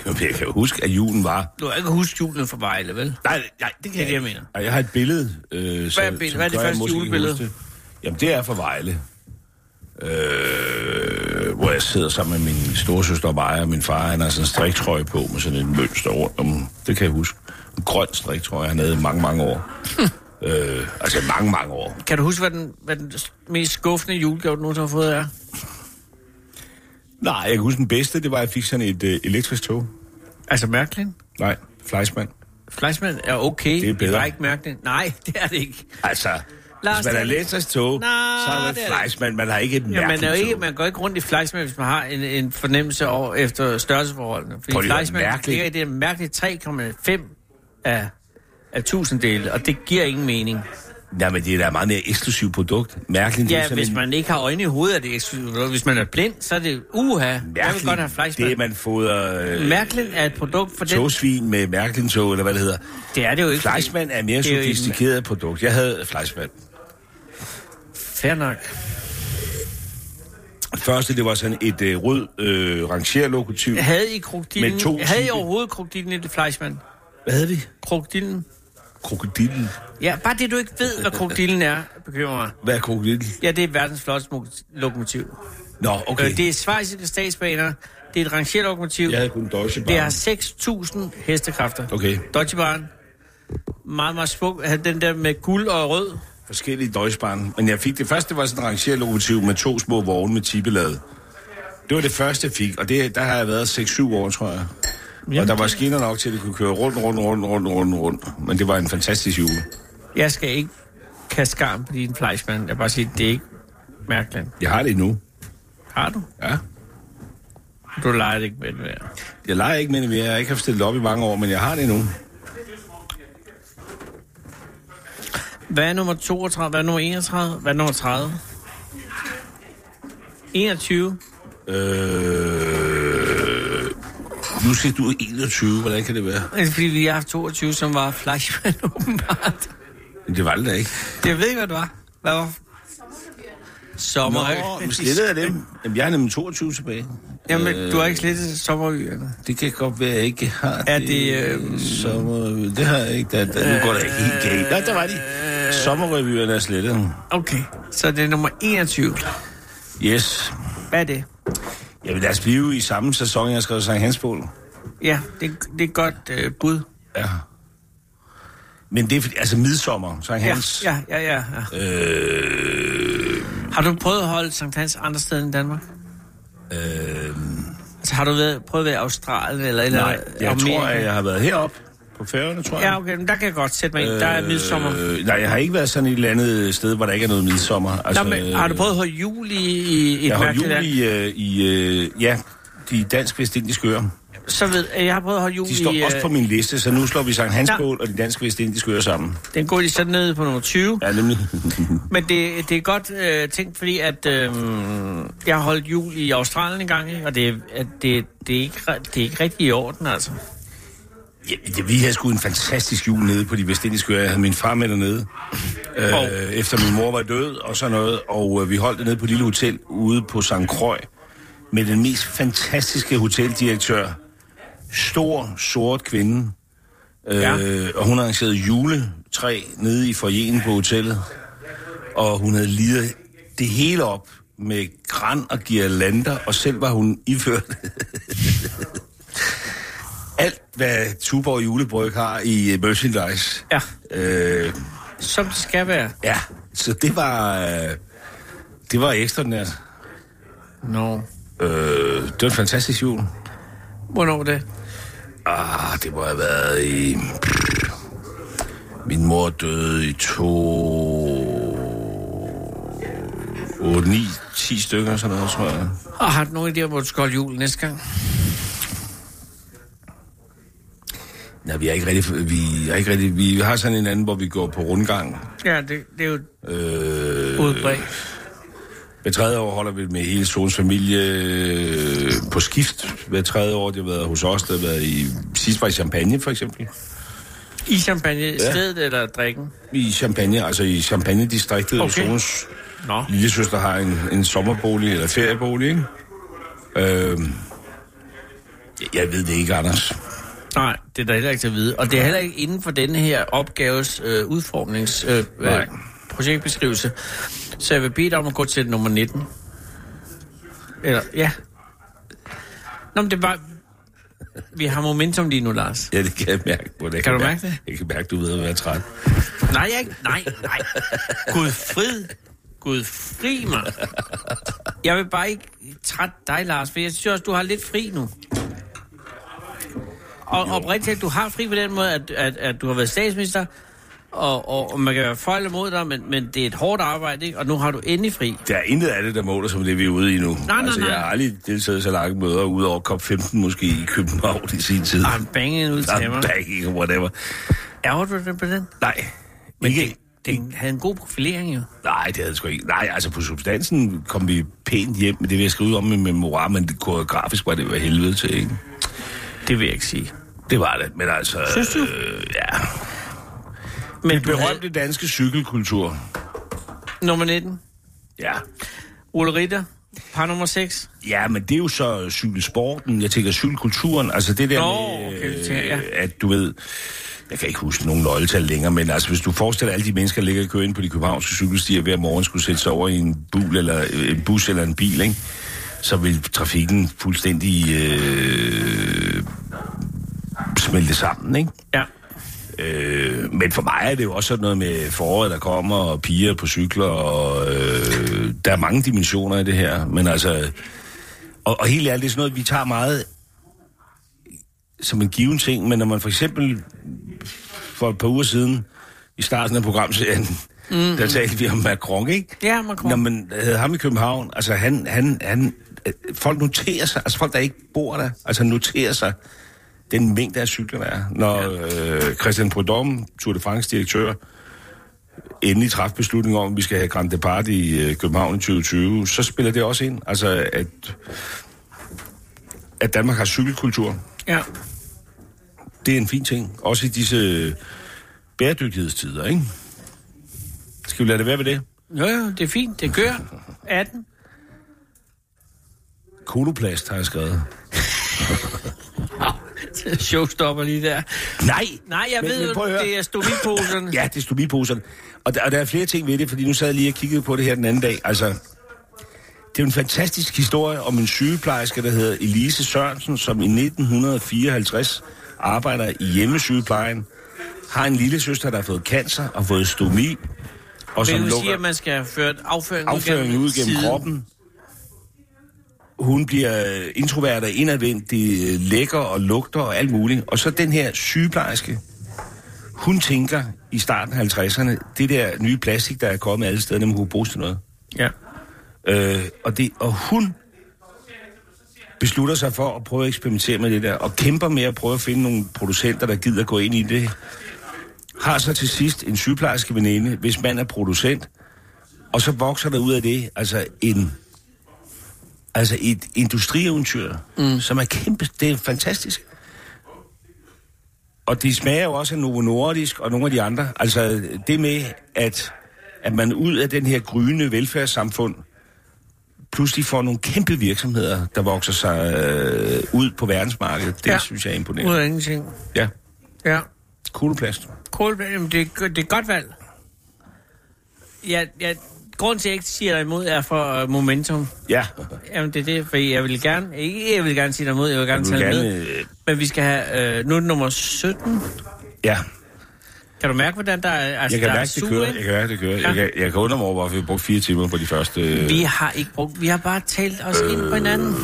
Speaker 4: Jamen, jeg kan jo huske, at julen var...
Speaker 3: Du har ikke husket julen for Vejle, vel?
Speaker 4: Nej, nej, det kan
Speaker 3: jeg
Speaker 4: ikke.
Speaker 3: mener.
Speaker 4: Ej, Jeg har et billede. Øh,
Speaker 3: Hvad er billedet? Hvad er det
Speaker 4: gør, at jeg
Speaker 3: første
Speaker 4: måske ikke kan
Speaker 3: julebillede?
Speaker 4: huske det. Jamen, det er fra Vejle. Øh, hvor jeg sidder sammen med min storesøster og mig, og min far, han har sådan en striktrøje på med sådan en mønster rundt om. Det kan jeg huske. En grøn striktrøje, han havde i mange, mange år. øh, altså mange, mange år.
Speaker 3: Kan du huske, hvad den, hvad den mest skuffende julegave, du nogensinde har fået, er?
Speaker 4: Nej, jeg kan huske den bedste, det var, at jeg fik sådan et øh, elektrisk tog.
Speaker 3: Altså mærkeligt?
Speaker 4: Nej, Fleischmann.
Speaker 3: Fleischmann er okay.
Speaker 4: Det er bedre.
Speaker 3: Jeg har ikke mærke det. Nej, det er det ikke.
Speaker 4: Altså,
Speaker 3: Lars,
Speaker 4: Lars, hvis man
Speaker 3: det-
Speaker 4: er elektrisk tog,
Speaker 3: Nå,
Speaker 4: så er man
Speaker 3: det er-
Speaker 4: Fleischmann. Man har ikke et
Speaker 3: Ja,
Speaker 4: mærkeligt
Speaker 3: man, er jo ikke,
Speaker 4: tog.
Speaker 3: man går ikke rundt i Fleischmann, hvis man har en, en fornemmelse over, efter størrelseforholdene.
Speaker 4: Prøv
Speaker 3: Fordi
Speaker 4: lige at høre,
Speaker 3: Fleischmann
Speaker 4: mærkeligt.
Speaker 3: ligger i det mærkelige 3,5 af, af tusinddele, og det giver ingen mening.
Speaker 4: Nej, men det er da et meget mere eksklusivt produkt. Mærkeligt. det er
Speaker 3: Ja,
Speaker 4: sådan
Speaker 3: hvis
Speaker 4: en
Speaker 3: man ikke har øjne i hovedet, er det eksklusivt. Hvis man er blind, så er det uha. Jeg vil
Speaker 4: mærkelig-
Speaker 3: godt have
Speaker 4: Det,
Speaker 3: Fleischmann.
Speaker 4: man fodrer øh,
Speaker 3: Mærkeligt er et produkt for den.
Speaker 4: togsvin med mærkelintog, eller hvad det hedder.
Speaker 3: Det er det jo ikke. fordi-
Speaker 4: Fleischmann er et mere
Speaker 3: Det er jo en-
Speaker 4: sofistikeret produkt. Jeg havde Fleischmann.
Speaker 3: Fair nok.
Speaker 4: Første, det var sådan et øh, rød øh, rangerlokotyp.
Speaker 3: Havde I krokodilen?
Speaker 4: Med to
Speaker 3: Havde I
Speaker 4: typer.
Speaker 3: overhovedet krokodilen i det Fleischmann?
Speaker 4: Hvad havde vi?
Speaker 3: Krokodilen?
Speaker 4: Krokodillen.
Speaker 3: Ja, bare det, du ikke ved, hvad krokodilen er, bekymrer mig.
Speaker 4: Hvad er krokodillen?
Speaker 3: Ja, det er verdens flotteste mo- lokomotiv.
Speaker 4: Nå, okay.
Speaker 3: Okay. Øh, Det er svejsiske statsbaner. Det er et rangerlokomotiv.
Speaker 4: Jeg havde kun Deutsche Bahn.
Speaker 3: Det har 6.000 hestekræfter.
Speaker 4: Okay.
Speaker 3: Deutsche Bahn. Meget, meget smuk. Havde den der med guld og rød.
Speaker 4: forskellige døjsbarn. Men jeg fik det første, var sådan et rangerlokomotiv med to små vogne med tippelade. Det var det første, jeg fik, og det, der har jeg været 6-7 år, tror jeg. Jamen, og der var skinner nok til, at det kunne køre rundt, rundt, rundt, rundt, rundt, rundt. Men det var en fantastisk jule.
Speaker 3: Jeg skal ikke kaste skarm på din flejsmand. Jeg bare sige, det er ikke mærkeligt.
Speaker 4: Jeg har det endnu.
Speaker 3: Har du?
Speaker 4: Ja.
Speaker 3: Du leger det ikke med det mere.
Speaker 4: Jeg leger ikke med det mere. Jeg har ikke haft stillet op i mange år, men jeg har det endnu.
Speaker 3: Hvad er nummer 32? Hvad er nummer 31? Hvad er nummer 30? 21.
Speaker 4: Øh... Nu siger du 21. Hvordan kan det være?
Speaker 3: Det er Fordi vi har haft 22, som var flejsmand åbenbart.
Speaker 4: Men Det var det da ikke.
Speaker 3: Jeg ved ikke, hvad det var. Hvad var? Sommerø.
Speaker 4: Nå, men slettede jeg dem? Jamen, jeg har nemlig 22 tilbage. Øh,
Speaker 3: Jamen, du har ikke slettet sommerøerne.
Speaker 4: Det kan godt være, jeg ikke har
Speaker 3: Er det,
Speaker 4: Øh...
Speaker 3: øhm,
Speaker 4: Sommerrevy. Det har jeg ikke. Der, der, nu går det helt galt. Nej, der var de.
Speaker 3: Øh.
Speaker 4: Sommerrevyerne er slettet.
Speaker 3: Okay, så det er nummer 21.
Speaker 4: Yes.
Speaker 3: Hvad er det?
Speaker 4: Jamen, lad os blive i samme sæson, jeg har skrevet Sankt Hansbål.
Speaker 3: Ja, det, det er et godt øh, bud.
Speaker 4: Ja. Men det er fordi- altså midsommer, Sankt
Speaker 3: Ja,
Speaker 4: Hans. Øhm.
Speaker 3: ja, ja, ja. ja.
Speaker 4: Øh,
Speaker 3: Har du prøvet at holde Sankt Hans andre steder end Danmark?
Speaker 4: øh,
Speaker 3: Altså, har du været, prøvet at være i Australien eller... eller
Speaker 4: nej, jeg tror, at jeg har været heroppe på færgerne, tror jeg.
Speaker 3: Ja, okay, men der kan jeg godt sætte mig ind. Der er midsommer.
Speaker 4: Øh, nej, jeg har ikke været sådan et eller andet sted, hvor der ikke er noget midsommer. Altså,
Speaker 3: Nå, men, har du prøvet at holde jul i, i et
Speaker 4: Jeg holdt
Speaker 3: mærkeligt
Speaker 4: jul
Speaker 3: land?
Speaker 4: i, øh, i øh, ja, de dansk vestindiske øer.
Speaker 3: Så ved jeg, jeg har prøvet at holde jul
Speaker 4: De står
Speaker 3: i...
Speaker 4: også
Speaker 3: øh,
Speaker 4: på min liste, så nu slår vi Sankt Hans
Speaker 3: Ja.
Speaker 4: Bål og de dansk vestindiske øer sammen.
Speaker 3: Den går lige sådan ned på nummer 20.
Speaker 4: Ja, nemlig.
Speaker 3: Men det, det er godt øh, tænkt, fordi at, øh, jeg har holdt jul i Australien en gang, ikke? og det, at det, det, er ikke, re- det er ikke rigtig i orden, altså.
Speaker 4: ja, det, vi havde sgu en fantastisk jul nede på de vestindiske øer. Jeg havde min far med dernede, øh,
Speaker 3: Og-
Speaker 4: efter min mor var død og sådan noget. Og øh, vi holdt det nede på et lille hotel ude på St. Croix med den mest fantastiske hoteldirektør. Stor, sort kvinde. Øh,
Speaker 3: Ja.
Speaker 4: Og hun arrangerede juletræ nede i forjen på hotellet. Og hun havde lidet det hele op med kran og girlander, og selv var hun iført alt, hvad Tuborg Julebryg har i øh, merchandise.
Speaker 3: Ja,
Speaker 4: Øh,
Speaker 3: som det skal være.
Speaker 4: ja, så det var, øh, det var ekstraordinært.
Speaker 3: Nå. No.
Speaker 4: Øh, det var en fantastisk jul.
Speaker 3: Hvornår var det?
Speaker 4: Ah, det må have været i... Min mor døde i to... 8, 9, 10 stykker, sådan noget, tror jeg.
Speaker 3: Og har du nogen idéer, hvor du skal holde jul næste gang?
Speaker 4: Nej, vi er ikke rigtig... Vi, er ikke rigtig, vi har sådan en anden, hvor vi går på rundgang.
Speaker 3: Ja, det, det er jo
Speaker 4: Øh,
Speaker 3: udbredt.
Speaker 4: Hver tredje år holder vi med hele Solens familie øh, på skift. Hver tredje år, det har været hos os, det har været i, sidst var i Champagne for eksempel.
Speaker 3: I champagne i stedet, eller drikken?
Speaker 4: I Champagne, altså i Champagne-distriktet. Okay.
Speaker 3: Okay.
Speaker 4: Solens
Speaker 3: Nå.
Speaker 4: lille søster har en, en sommerbolig eller feriebolig, ikke? Øh, jeg ved det ikke, Anders.
Speaker 3: Nej, det er da heller ikke til at vide. Og det er heller ikke inden for denne her opgaves øh, udformnings... Øh, øh,
Speaker 4: Nej.
Speaker 3: projektbeskrivelse. Så jeg vil bede dig om at gå til nummer 19. Eller, ja. Nå, men det er bare... Vi har momentum lige nu, Lars.
Speaker 4: Ja, det kan jeg mærke. På det. Jeg
Speaker 3: Kan du mærke
Speaker 4: mærke
Speaker 3: det?
Speaker 4: Jeg kan mærke, du er ved at være træt.
Speaker 3: Nej, jeg er ikke. Nej, nej. Gud frid. Gud fri mig. Jeg vil bare ikke trætte dig, Lars, for jeg synes også, du har lidt fri nu. Og oprigtigt, talt, du har fri på den måde, at, at, at du har været statsminister, og, og, og man kan være for eller mod dig, men, men det er et hårdt arbejde, ikke? og nu har du endelig fri.
Speaker 4: Der er intet af det, der måler som det, vi er ude i nu.
Speaker 3: nej,
Speaker 4: altså,
Speaker 3: nej.
Speaker 4: Jeg har aldrig deltaget i så lange møder, udover COP15 måske i København i sin tid.
Speaker 3: Og han bangede ud til mig.
Speaker 4: Bang, whatever.
Speaker 3: Ærger du dig på den?
Speaker 4: Nej.
Speaker 3: Men
Speaker 4: ikke,
Speaker 3: det, det havde en god profilering jo.
Speaker 4: Nej, det havde jeg sgu ikke. Nej, altså på substansen kom vi pænt hjem, men det vil jeg skrive om i min memoir, men det koreografisk var det var helvede til, ikke?
Speaker 3: Det vil jeg ikke sige.
Speaker 4: Det var det, men altså...
Speaker 3: Synes du?
Speaker 4: Øh, ja.
Speaker 3: Men du havde
Speaker 4: Berømte danske cykelkultur.
Speaker 3: nummer 19.
Speaker 4: Ja.
Speaker 3: Ole Ritter, par nummer 6.
Speaker 4: Ja, men det er jo så cykelsporten, jeg tænker cykelkulturen, altså det der
Speaker 3: Nå,
Speaker 4: med,
Speaker 3: okay, det tænker jeg,
Speaker 4: at du ved, jeg kan ikke huske nogen nøgletal længere, men altså hvis du forestiller alle de mennesker, der ligger og kører ind på de københavnske cykelstier hver morgen, skulle sætte sig over i en, bul eller, øh, en bus eller en bil, ikke? så vil trafikken fuldstændig øh, smelte sammen, ikke?
Speaker 3: Ja.
Speaker 4: Øh, men for mig er det jo også sådan noget med foråret, der kommer, og piger på cykler, og øh, der er mange dimensioner i det her. Men altså, og, og helt ærligt, det er sådan noget, vi tager meget som en given ting, men når man for eksempel for et par uger siden, i starten af programserien, mm. der talte vi om Macron, ikke?
Speaker 3: Ja, Macron.
Speaker 4: Når man havde ham i København, altså han, han, han, øh, folk noterer sig, altså folk, der ikke bor der, altså noterer sig, den mængde af cykler, der er. Når ja. øh, Christian Prudhomme, Tour de France-direktør, endelig træffer beslutningen om, at vi skal have Grand Depart i øh, København i 2020, så spiller det også ind. Altså, at, at Danmark har cykelkultur,
Speaker 3: Ja.
Speaker 4: det er en fin ting. Også i disse bæredygtighedstider, ikke? Skal vi lade det være ved det?
Speaker 3: Jo, jo, det er fint. Det kører. 18.
Speaker 4: Koloplast har jeg skrevet.
Speaker 3: Showstopper lige der.
Speaker 4: Nej!
Speaker 3: Nej, jeg
Speaker 4: Men- men
Speaker 3: ved
Speaker 4: prøv at
Speaker 3: jo,
Speaker 4: høre.
Speaker 3: det er stomiposerne.
Speaker 4: Ja, det er stomiposerne. Og der, og der er flere ting ved det, fordi nu sad jeg lige og kiggede på det her den anden dag. Altså, det er jo en fantastisk historie om en sygeplejerske, der hedder Elise Sørensen, som i 1954 arbejder i hjemmesygeplejen, har en lille søster, der har fået cancer og fået stomi, og som
Speaker 3: Men du siger,
Speaker 4: lukker
Speaker 3: at man skal have ført afføring,
Speaker 4: afføringen ud gennem
Speaker 3: siden.
Speaker 4: kroppen. Hun bliver øh, introvert og indadvendig, øh, lækker og lugter og alt muligt. Og så den her sygeplejerske, hun tænker i starten af 50'erne, det der nye plastik, der er kommet alle steder, man kunne bruges til noget.
Speaker 3: Ja.
Speaker 4: Øh, og, det, og hun beslutter sig for at prøve at eksperimentere med det der, og kæmper med at prøve at finde nogle producenter, der gider gå ind i det. Har så til sidst en sygeplejerske veninde, hvis man er producent, og så vokser der ud af det, altså en altså et industrieventyr, mm. som er kæmpe, det er fantastisk. Og det smager jo også af Novo Nordisk og nogle af de andre. Altså det med, at, at man ud af den her gryende velfærdssamfund, pludselig får nogle kæmpe virksomheder, der vokser sig øh, ud på verdensmarkedet. Det
Speaker 3: Ja.
Speaker 4: ja. synes jeg er
Speaker 3: Ud
Speaker 4: imponerende.
Speaker 3: af ingenting.
Speaker 4: Ja.
Speaker 3: Ja.
Speaker 4: Kugleplast.
Speaker 3: Kohlberg, jamen, det, er go- det er et godt valg. Ja, ja, grunden til, at jeg ikke siger dig imod, er for øh, momentum.
Speaker 4: Ja.
Speaker 3: Jamen, det er det, fordi jeg vil gerne... Ikke, jeg vil gerne sige dig imod, jeg vil gerne
Speaker 4: Du
Speaker 3: tage
Speaker 4: vil
Speaker 3: dig
Speaker 4: gerne,
Speaker 3: med.
Speaker 4: øh,
Speaker 3: Men vi skal have... Øh, nu er det nummer 17.
Speaker 4: ja.
Speaker 3: Kan du mærke, hvordan der er... Altså,
Speaker 4: Jeg kan
Speaker 3: der er
Speaker 4: mærke, det
Speaker 3: sug,
Speaker 4: kører.
Speaker 3: ikke?
Speaker 4: Jeg kan mærke, det kører.
Speaker 3: Ja.
Speaker 4: Jeg kan, jeg kan undre mig over, hvorfor vi brugte fire timer på de første... øh,
Speaker 3: Vi har ikke brugt... Vi har bare talt os ind på hinanden.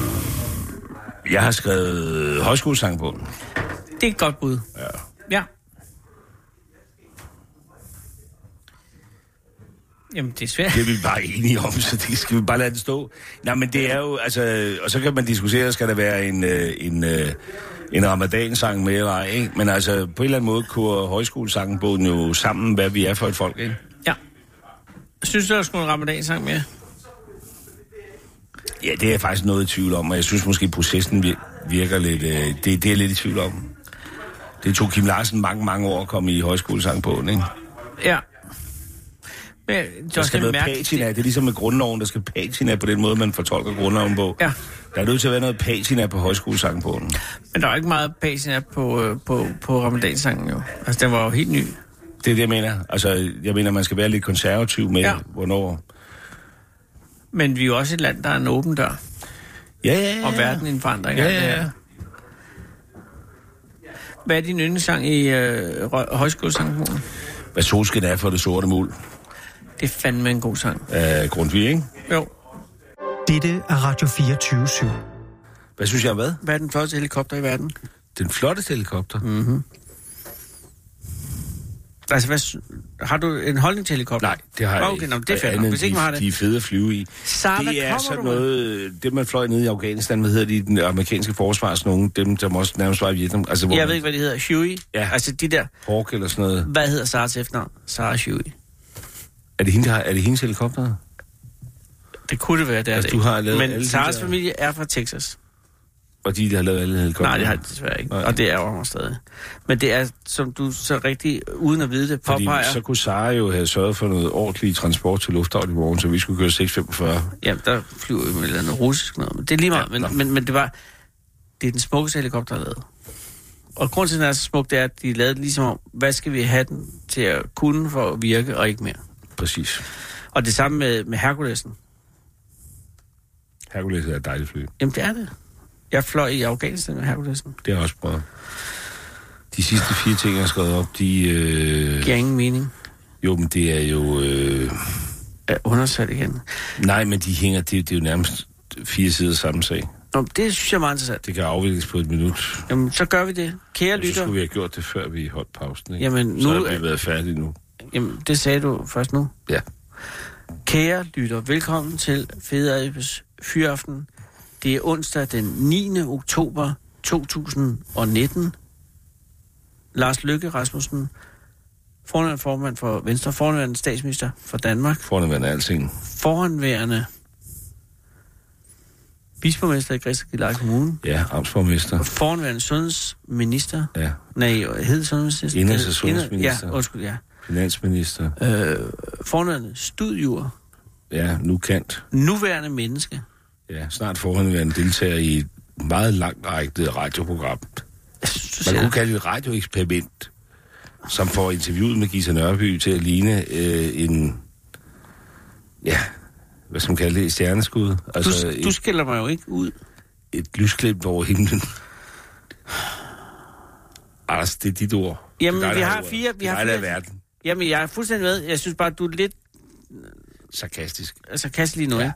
Speaker 4: Jeg har skrevet højskolesangbogen.
Speaker 3: Det er et godt bud. Ja. ja. Jamen, det er svært.
Speaker 4: Det er vi bare enige om, så det skal vi bare lade den stå. Nej, men det er jo, altså, og så kan man diskutere, skal der være en, øh, en, øh, en ramadansang med eller ej, ikke? Men altså, på en eller anden måde kunne højskolesangbogen jo sammen, hvad vi er for et folk, ikke?
Speaker 3: Ja. Synes du, der skulle en ramadansang med?
Speaker 4: Ja, det er jeg faktisk noget i tvivl om, og jeg synes måske, processen vir- virker lidt... Øh, det, det er jeg lidt i tvivl om. Det tog Kim Larsen mange, mange år at komme i højskolesangbogen, ikke?
Speaker 3: Ja. Men,
Speaker 4: Der
Speaker 3: Josh,
Speaker 4: skal
Speaker 3: det er
Speaker 4: noget
Speaker 3: mærkeligt.
Speaker 4: patina. Det er ligesom med grundloven, der skal patina på den måde, man fortolker grundloven på.
Speaker 3: Ja.
Speaker 4: Der er nødt til at være noget patina på højskolesangbogen.
Speaker 3: Men der er ikke meget patina på, øh, på, på ramadanssangen jo. Altså, den var jo helt ny.
Speaker 4: Det er det, jeg mener. Altså, jeg mener, man skal være lidt konservativ med,
Speaker 3: Ja.
Speaker 4: ja. hvornår...
Speaker 3: Men vi er jo også et land, der er en åben dør.
Speaker 4: Ja, ja, ja.
Speaker 3: Og verden i en forandring.
Speaker 4: Ja,
Speaker 3: alt det
Speaker 4: ja,
Speaker 3: her.
Speaker 4: ja.
Speaker 3: Hvad er din yndlingssang i øh, Rø- højskolesangbogen?
Speaker 4: Hvad solskin er for det sorte mul.
Speaker 3: Det er fandme en god sang.
Speaker 4: Øh, Grundtvig, ikke?
Speaker 3: Jo.
Speaker 1: Dette er Radio 24 /7.
Speaker 4: Hvad synes jeg, hvad?
Speaker 3: Hvad er den flotteste helikopter i verden?
Speaker 4: Den flotteste helikopter. Mm.
Speaker 3: Altså, hvad, sy- har du en holdning til helikopter?
Speaker 4: Nej, det har jeg
Speaker 3: okay,
Speaker 4: ikke.
Speaker 3: Nå, men det er fair
Speaker 4: Andet
Speaker 3: nok,
Speaker 4: end
Speaker 3: hvis ikke
Speaker 4: de,
Speaker 3: man har det.
Speaker 4: De er fede at flyve i.
Speaker 3: Så hvad
Speaker 4: det er
Speaker 3: kommer
Speaker 4: sådan
Speaker 3: du med?
Speaker 4: noget... øh, Det, man fløj ned i Afghanistan, hvad hedder de, den amerikanske forsvars, nogen, dem, der også nærmest var i Vietnam. Altså, hvor
Speaker 3: Jeg
Speaker 4: man-
Speaker 3: ved ikke, hvad de hedder. Huey?
Speaker 4: Ja.
Speaker 3: Altså, de der...
Speaker 4: Hawk eller sådan noget.
Speaker 3: Hvad hedder Sarahs efternavn? Sarah Huey.
Speaker 4: Er det, hende, der har, er det hendes helikopter?
Speaker 3: Det kunne det være, det er
Speaker 4: Altså,
Speaker 3: det
Speaker 4: du
Speaker 3: ikke.
Speaker 4: har lavet alle
Speaker 3: Men
Speaker 4: de
Speaker 3: Sarahs
Speaker 4: der-
Speaker 3: familie er fra Texas.
Speaker 4: Og de, der har lavet alle helikopter?
Speaker 3: Nej, det har jeg desværre ikke.
Speaker 4: Nej.
Speaker 3: Og det ærger mig stadig. Men det er, som du så rigtig, uden at vide det,
Speaker 4: Fordi
Speaker 3: påpeger...
Speaker 4: så
Speaker 3: Så...
Speaker 4: kunne Sara jo have sørget for noget ordentligt transport til lufthavn i morgen, så vi skulle køre 6.45.
Speaker 3: Jamen, der flyver jo et eller andet russisk noget. Men det er lige meget.
Speaker 4: Ja,
Speaker 3: men,
Speaker 4: nå.
Speaker 3: men, men det var... Det er den smukkeste helikopter, der er lavet. Og grunden til, at den er så smuk, det er, at de lavede den ligesom om, hvad skal vi have den til at kunne for at virke, og ikke mere.
Speaker 4: Præcis.
Speaker 3: Og det samme med, med Herkulesen.
Speaker 4: Hercules er et dejligt fly.
Speaker 3: Jamen, det er det. Jeg fløj i Afghanistan med Herkulesen.
Speaker 4: Det har jeg også prøvet. De sidste fire ting, jeg har skrevet op, de... Øh...
Speaker 3: Det giver ingen mening.
Speaker 4: Jo, men det er jo... Øh...
Speaker 3: Jeg er undersat igen.
Speaker 4: Nej, men de hænger... Det, det er jo nærmest fire sider samme sag.
Speaker 3: Nå, det synes jeg er meget interessant.
Speaker 4: Det kan afvikles på et minut.
Speaker 3: Jamen, så gør vi det. Kære
Speaker 4: Så skulle
Speaker 3: lytter,
Speaker 4: vi have gjort det, før vi holdt pausen, ikke?
Speaker 3: Jamen, nu
Speaker 4: Så havde
Speaker 3: er-
Speaker 4: vi været færdige nu.
Speaker 3: jamen, det sagde du først nu.
Speaker 4: Ja.
Speaker 3: Kære lytter, velkommen til Fede Abes Fyraften. Det er onsdag den 9. oktober 2019. Lars Løkke Rasmussen, forhåndværende formand for Venstre, forhåndværende statsminister for Danmark,
Speaker 4: Fornemmende alting.
Speaker 3: forhåndværende bisborgmester i Græsted Kommune,
Speaker 4: Ja, amtsborgmester.
Speaker 3: og forhåndværende sundhedsminister,
Speaker 4: Ja.
Speaker 3: nej, hed sundhedsminister?
Speaker 4: Indenrigs- og
Speaker 3: Inden-
Speaker 4: sundhedsminister.
Speaker 3: Ja, undskyld, ja.
Speaker 4: Finansminister.
Speaker 3: Forhåndværende studier
Speaker 4: ja, nu Kant.
Speaker 3: Nuværende menneske.
Speaker 4: Ja, snart forhåndværende deltager i et meget langt rækket radioprogram.
Speaker 3: Jeg synes, du
Speaker 4: Man
Speaker 3: ser-
Speaker 4: kunne kalde det et radioeksperiment, som får interviewet med Gita Nørby til at ligne øh, en... Ja, hvad skal man kalde det? Et stjerneskud? Altså
Speaker 3: du, du
Speaker 4: et,
Speaker 3: skiller mig jo ikke ud.
Speaker 4: et lysglimt over himlen. Anders, det er dit ord.
Speaker 3: Jamen,
Speaker 4: Det er dig,
Speaker 3: vi
Speaker 4: der
Speaker 3: har
Speaker 4: ordet.
Speaker 3: fire- vi
Speaker 4: Det er
Speaker 3: har
Speaker 4: dig, der er
Speaker 3: fire-
Speaker 4: verden.
Speaker 3: Jamen, jeg er fuldstændig med. Jeg synes bare, du er lidt
Speaker 4: Sarkastisk.
Speaker 3: altså, kast lige nu, ja.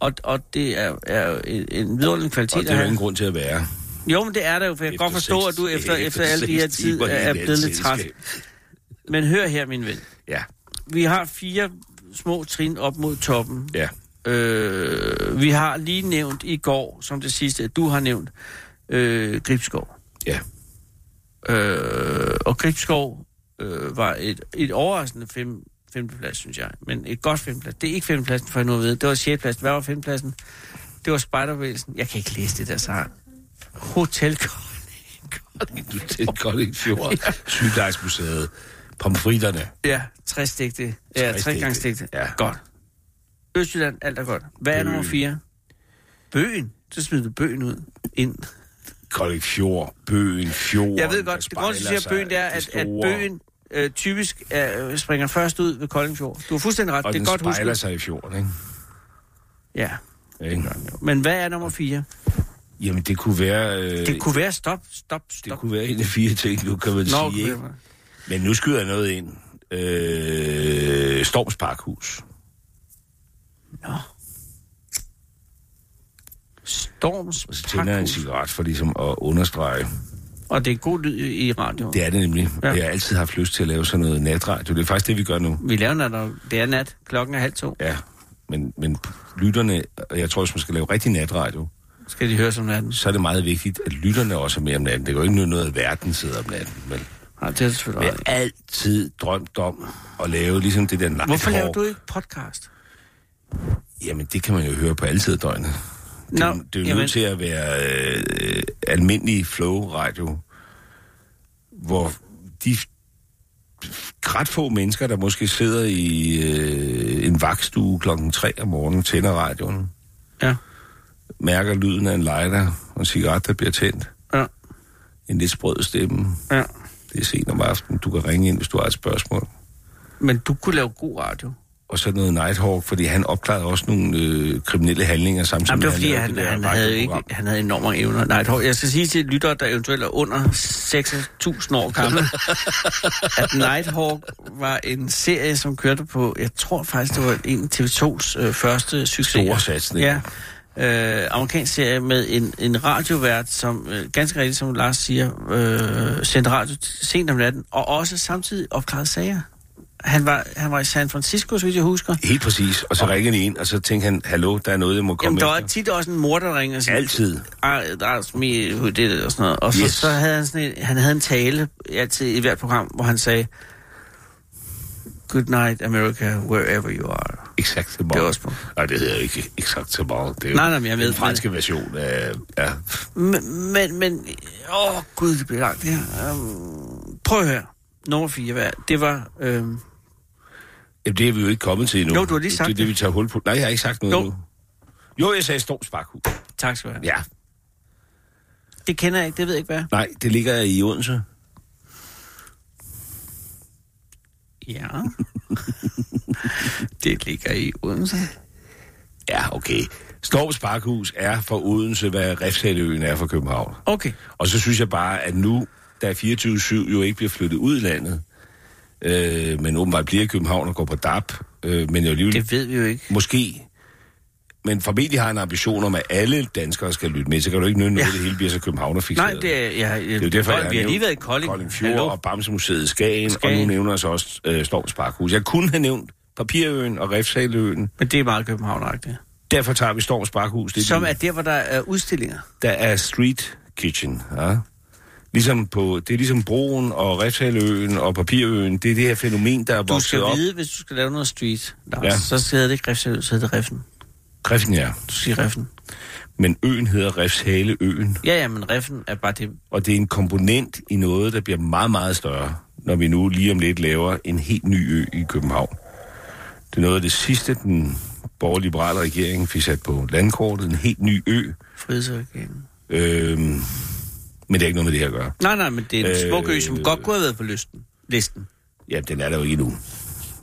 Speaker 3: Og, og det er, er jo en, en vidunderlig kvalitet.
Speaker 4: Og det er
Speaker 3: at
Speaker 4: der
Speaker 3: have.
Speaker 4: ingen grund til at være.
Speaker 3: Jo, men det er der jo, for jeg kan
Speaker 4: Efter
Speaker 3: godt forstå,
Speaker 4: seks-
Speaker 3: at du efter,
Speaker 4: efter
Speaker 3: efter, alle de
Speaker 4: seks
Speaker 3: her tid
Speaker 4: timer i
Speaker 3: er
Speaker 4: et
Speaker 3: blevet lidt træt.
Speaker 4: selskab.
Speaker 3: Men hør her, min ven.
Speaker 4: Ja,
Speaker 3: Vi har fire små trin op mod toppen.
Speaker 4: ja.
Speaker 3: Øh, vi har lige nævnt i går, som det sidste, at du har nævnt, øh, Gribskov.
Speaker 4: Ja.
Speaker 3: Øh, og Gribskov øh, var et, et overraskende fem, femteplads, synes jeg. Men et godt femteplads. Det er ikke femtepladsen, for jeg nu ved. Det var sjettepladsen. Hvad var femtepladsen? Det var spejderbevægelsen. Jeg kan ikke læse det der, så Hotel
Speaker 4: Du tænkte godt i fjor. Sygeplejersmuseet. Pomfritterne.
Speaker 3: Ja, tre stigte. Ja,
Speaker 4: Tre
Speaker 3: tre gange
Speaker 4: stegte.
Speaker 3: stigte.
Speaker 4: Ja.
Speaker 3: Ja. Godt. Østjylland, alt er godt. Hvad er
Speaker 4: Bøgen.
Speaker 3: nummer fire? Bøen. Så smider du bøen ud. Ind.
Speaker 4: Kolding Fjord, Bøen, Fjord.
Speaker 3: Jeg ved godt, det grund til, at siger bøen, det er, at, at bøen øh, typisk er, øh, springer først ud ved Koldingfjord. Du har fuldstændig ret.
Speaker 4: Og
Speaker 3: det er
Speaker 4: den
Speaker 3: godt
Speaker 4: spejler
Speaker 3: husket.
Speaker 4: sig i fjorden, ikke?
Speaker 3: Ja.
Speaker 4: Ja, ikke?
Speaker 3: Men hvad er nummer fire?
Speaker 4: Jamen, det kunne være... Øh,
Speaker 3: Det kunne være stop, stop,
Speaker 4: det
Speaker 3: stop.
Speaker 4: kunne være en af fire ting, du kan vel
Speaker 3: Nå,
Speaker 4: sige,
Speaker 3: okay.
Speaker 4: ikke? Men nu skyder jeg noget ind. Øh, Storms Parkhus.
Speaker 3: Nå. Storms
Speaker 4: Og så tænder jeg en
Speaker 3: Pakhus.
Speaker 4: cigaret for ligesom at understrege.
Speaker 3: Og det er god lyd i i radioen.
Speaker 4: Det er det nemlig.
Speaker 3: Ja.
Speaker 4: Jeg har altid haft lyst til at lave sådan noget natradio. Det er faktisk det, vi gør nu.
Speaker 3: Vi laver, når der- det er nat. Klokken er halv to.
Speaker 4: Ja, men, men lytterne, og jeg tror, hvis man skal lave rigtig natradio,
Speaker 3: Skal de høre som natten?
Speaker 4: så er det meget vigtigt, at lytterne også er med om natten. Det er jo ikke noget, at verden sidder om natten. Men
Speaker 3: Nej, det er det selvfølgelig
Speaker 4: jeg
Speaker 3: ret i.
Speaker 4: har altid drømt om at lave ligesom det der night
Speaker 3: Hvorfor laver
Speaker 4: hawk.
Speaker 3: du ikke podcast?
Speaker 4: Jamen, det kan man jo høre på alle tider af døgnet. Det,
Speaker 3: Nå,
Speaker 4: er jo- det er jo
Speaker 3: jamen.
Speaker 4: nødt til at være øh, almindelig flow-radio, hvor de ret få mennesker, der måske sidder i øh, en vagtstue klokken 3 om morgenen, tænder radioen,
Speaker 3: Ja.
Speaker 4: mærker lyden af en lighter og en cigaret, der bliver tændt,
Speaker 3: Ja,
Speaker 4: en lidt sprød stemme.
Speaker 3: ja.
Speaker 4: Det er sent om aftenen. Du kan ringe ind, hvis du har et spørgsmål.
Speaker 3: Men du kunne lave god radio.
Speaker 4: Og så noget Nighthawk, fordi han opklarede også nogle øh, kriminelle handlinger samtidig
Speaker 3: Jamen, det var
Speaker 4: med,
Speaker 3: fordi,
Speaker 4: lavede
Speaker 3: han,
Speaker 4: det der
Speaker 3: han, havde jo ikke,
Speaker 4: radioprogram.
Speaker 3: han havde enormt mange evner. Nej, dog, jeg skal sige til lyttere, der eventuelt er under 6.000 år gamle, at Nighthawk var en serie, som kørte på, jeg tror faktisk, det var en TV2's øh, første succes.
Speaker 4: Store satsning.
Speaker 3: Ja. Øh, amerikansk serie med en, en radiovært, som øh, ganske rigtigt, som Lars siger, øh, sendte radio t- sent om natten, og også samtidig opklarede sager. Han var, han var i San Francisco, så vidt jeg husker.
Speaker 4: Helt præcis. Og så ringede de ind, og så tænkte han, hallo, der er noget, jeg må komme
Speaker 3: Jamen, der var
Speaker 4: efter.
Speaker 3: tit også en mor, der ringede og sagde,
Speaker 4: Altid.
Speaker 3: "Ah, that's me who did it, og sådan noget. Og så,
Speaker 4: Yes.
Speaker 3: yes. så havde han sådan en, han havde en tale altid i hvert program, hvor han sagde, Good night, America, wherever you are.
Speaker 4: Exakt
Speaker 3: Det er også på.
Speaker 4: Nej, det hedder jo ikke exakt så meget. Det er jo
Speaker 3: Nej, nej, men jeg ved
Speaker 4: den franske version af... Ja.
Speaker 3: Men, men, men åh gud, det bliver langt det her. Um, prøv at høre. Nummer 4, hvad? er- Det var, øhm,
Speaker 4: Jamen, det er vi jo ikke kommet til endnu.
Speaker 3: Jo, du har lige sagt
Speaker 4: det. er det,
Speaker 3: det.
Speaker 4: vi tager hul på. Nej, jeg har ikke sagt noget
Speaker 3: Jo.
Speaker 4: endnu. Jo, jeg sagde Storms Bakhus.
Speaker 3: tak skal du have.
Speaker 4: Ja.
Speaker 3: Det kender jeg ikke, det ved jeg ikke, hvad er.
Speaker 4: Nej, det ligger i Odense.
Speaker 3: Ja. det ligger i Odense.
Speaker 4: Ja, okay. Storms Bakhus er for Odense, hvad Refshaløen er for København.
Speaker 3: Okay.
Speaker 4: Og så synes jeg bare, at nu, da 24-7 jo ikke bliver flyttet ud i landet, øh, men åbenbart bliver i København og går på DAP, øh, men jo alligevel
Speaker 3: Det ved vi jo ikke.
Speaker 4: måske, men formentlig har en ambition om, at alle danskere skal lytte med, så kan du ikke nytte noget, ja. det hele bliver så København og
Speaker 3: Nej, det er... Ja, ja,
Speaker 4: det er jo derfor, jeg
Speaker 3: vi har lige
Speaker 4: nævnt
Speaker 3: været i Kolding.
Speaker 4: Kolding Fjord
Speaker 3: Hallo?
Speaker 4: og Bamsemuseet i Skagen, Skagen, og nu
Speaker 3: Skagen.
Speaker 4: nævner jeg så også øh, Storms Parkhus. Jeg kunne have nævnt Papirøen og Refsaløen.
Speaker 3: Men det er meget københavneragtigt.
Speaker 4: Derfor tager vi Storms Parkhus. Det er
Speaker 3: Som
Speaker 4: den-
Speaker 3: er der, hvor der er udstillinger.
Speaker 4: der er street kitchen, ja. Ligesom på, det er ligesom broen og Refshaløen og Papirøen. Det er det her fænomen, der er
Speaker 3: Du skal
Speaker 4: vokset op.
Speaker 3: vide, hvis du skal lave noget street, Lars,
Speaker 4: Ja.
Speaker 3: ja. så hedder det ikke Refshalø, så hedder det Reffen.
Speaker 4: Griffen, ja.
Speaker 3: Du siger Reffen.
Speaker 4: Men øen hedder Refshaleøen,
Speaker 3: Ja, ja, men Reffen er bare det.
Speaker 4: og det er en komponent i noget, der bliver meget, meget større, når vi nu lige om lidt laver en helt ny ø i København. Det er noget af det sidste, den borgerliberale regering fik sat på landkortet en helt ny ø.
Speaker 3: Frihedsregeringen.
Speaker 4: Øh, men det er ikke noget med det her at gøre.
Speaker 3: Nej, nej, men det er en
Speaker 4: Øh,
Speaker 3: smuk ø, som godt kunne have været på listen. listen.
Speaker 4: Ja, den er der jo ikke endnu.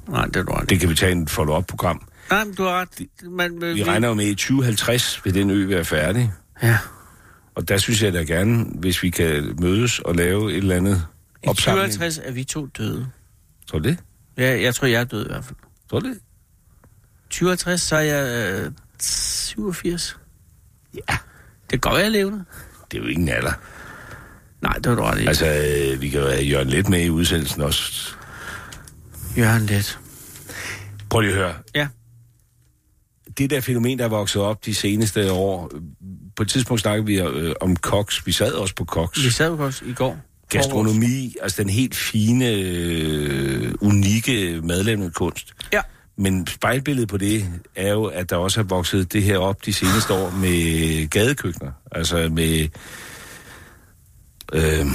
Speaker 3: Nej, det er du ret. i.
Speaker 4: Det kan vi tage en follow-up-program.
Speaker 3: Nej, men du har ret. Man,
Speaker 4: Vi regner jo med, at i 2050 vil den ø være færdig.
Speaker 3: Ja.
Speaker 4: Og der synes jeg da gerne, hvis vi kan mødes og lave et eller andet
Speaker 3: I
Speaker 4: opsamling.
Speaker 3: 57 er vi to døde.
Speaker 4: Tror du det?
Speaker 3: Ja, jeg tror, jeg er død i hvert fald.
Speaker 4: Tror du det?
Speaker 3: 57, så er jeg øh, 87.
Speaker 4: Ja.
Speaker 3: Det går jeg er levende.
Speaker 4: Det er jo ingen alder.
Speaker 3: Nej, det var du ret i. Altså,
Speaker 4: Altså, øh, vi kan jo have Jørgen Let med i udsendelsen også.
Speaker 3: Jørgen Let.
Speaker 4: Prøv lige at høre.
Speaker 3: Ja.
Speaker 4: Det der fænomen, der er vokset op de seneste år, øh, på et tidspunkt snakkede vi øh, om koks. Vi sad også på koks.
Speaker 3: Vi sad jo også i går.
Speaker 4: Gastronomi, altså den helt fine, øh, unikke madlavende kunst.
Speaker 3: Ja.
Speaker 4: Men spejlbilledet på det er jo, at der også er vokset det her op de seneste år med gadekøkkener. Altså med... Øh,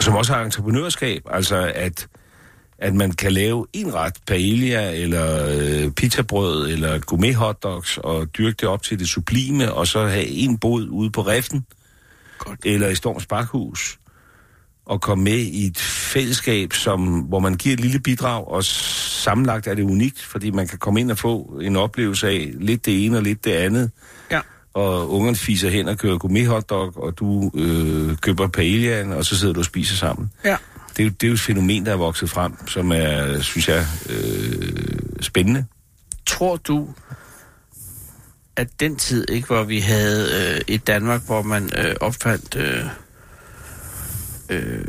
Speaker 4: som også har entreprenørskab. Altså at, at man kan lave en ret paella, eller øh, pizzabrød, eller gourmet hotdogs, og dyrke det op til det sublime, og så have en båd ude på riften,
Speaker 3: Godt.
Speaker 4: eller i Storms Bakhus at komme med i et fællesskab, som, hvor man giver et lille bidrag, og sammenlagt er det unikt, fordi man kan komme ind og få en oplevelse af lidt det ene og lidt det andet,
Speaker 3: Ja.
Speaker 4: og ungerne fiser hen og kører gourmet hotdog, og du øh, køber paellaen, og så sidder du og spiser sammen.
Speaker 3: Ja.
Speaker 4: Det er, jo, det er jo et fænomen, der er vokset frem, som er, synes jeg, øh, spændende.
Speaker 3: Tror du, at den tid, ikke, hvor vi havde øh, et Danmark, hvor man øh, opfandt øh, øh,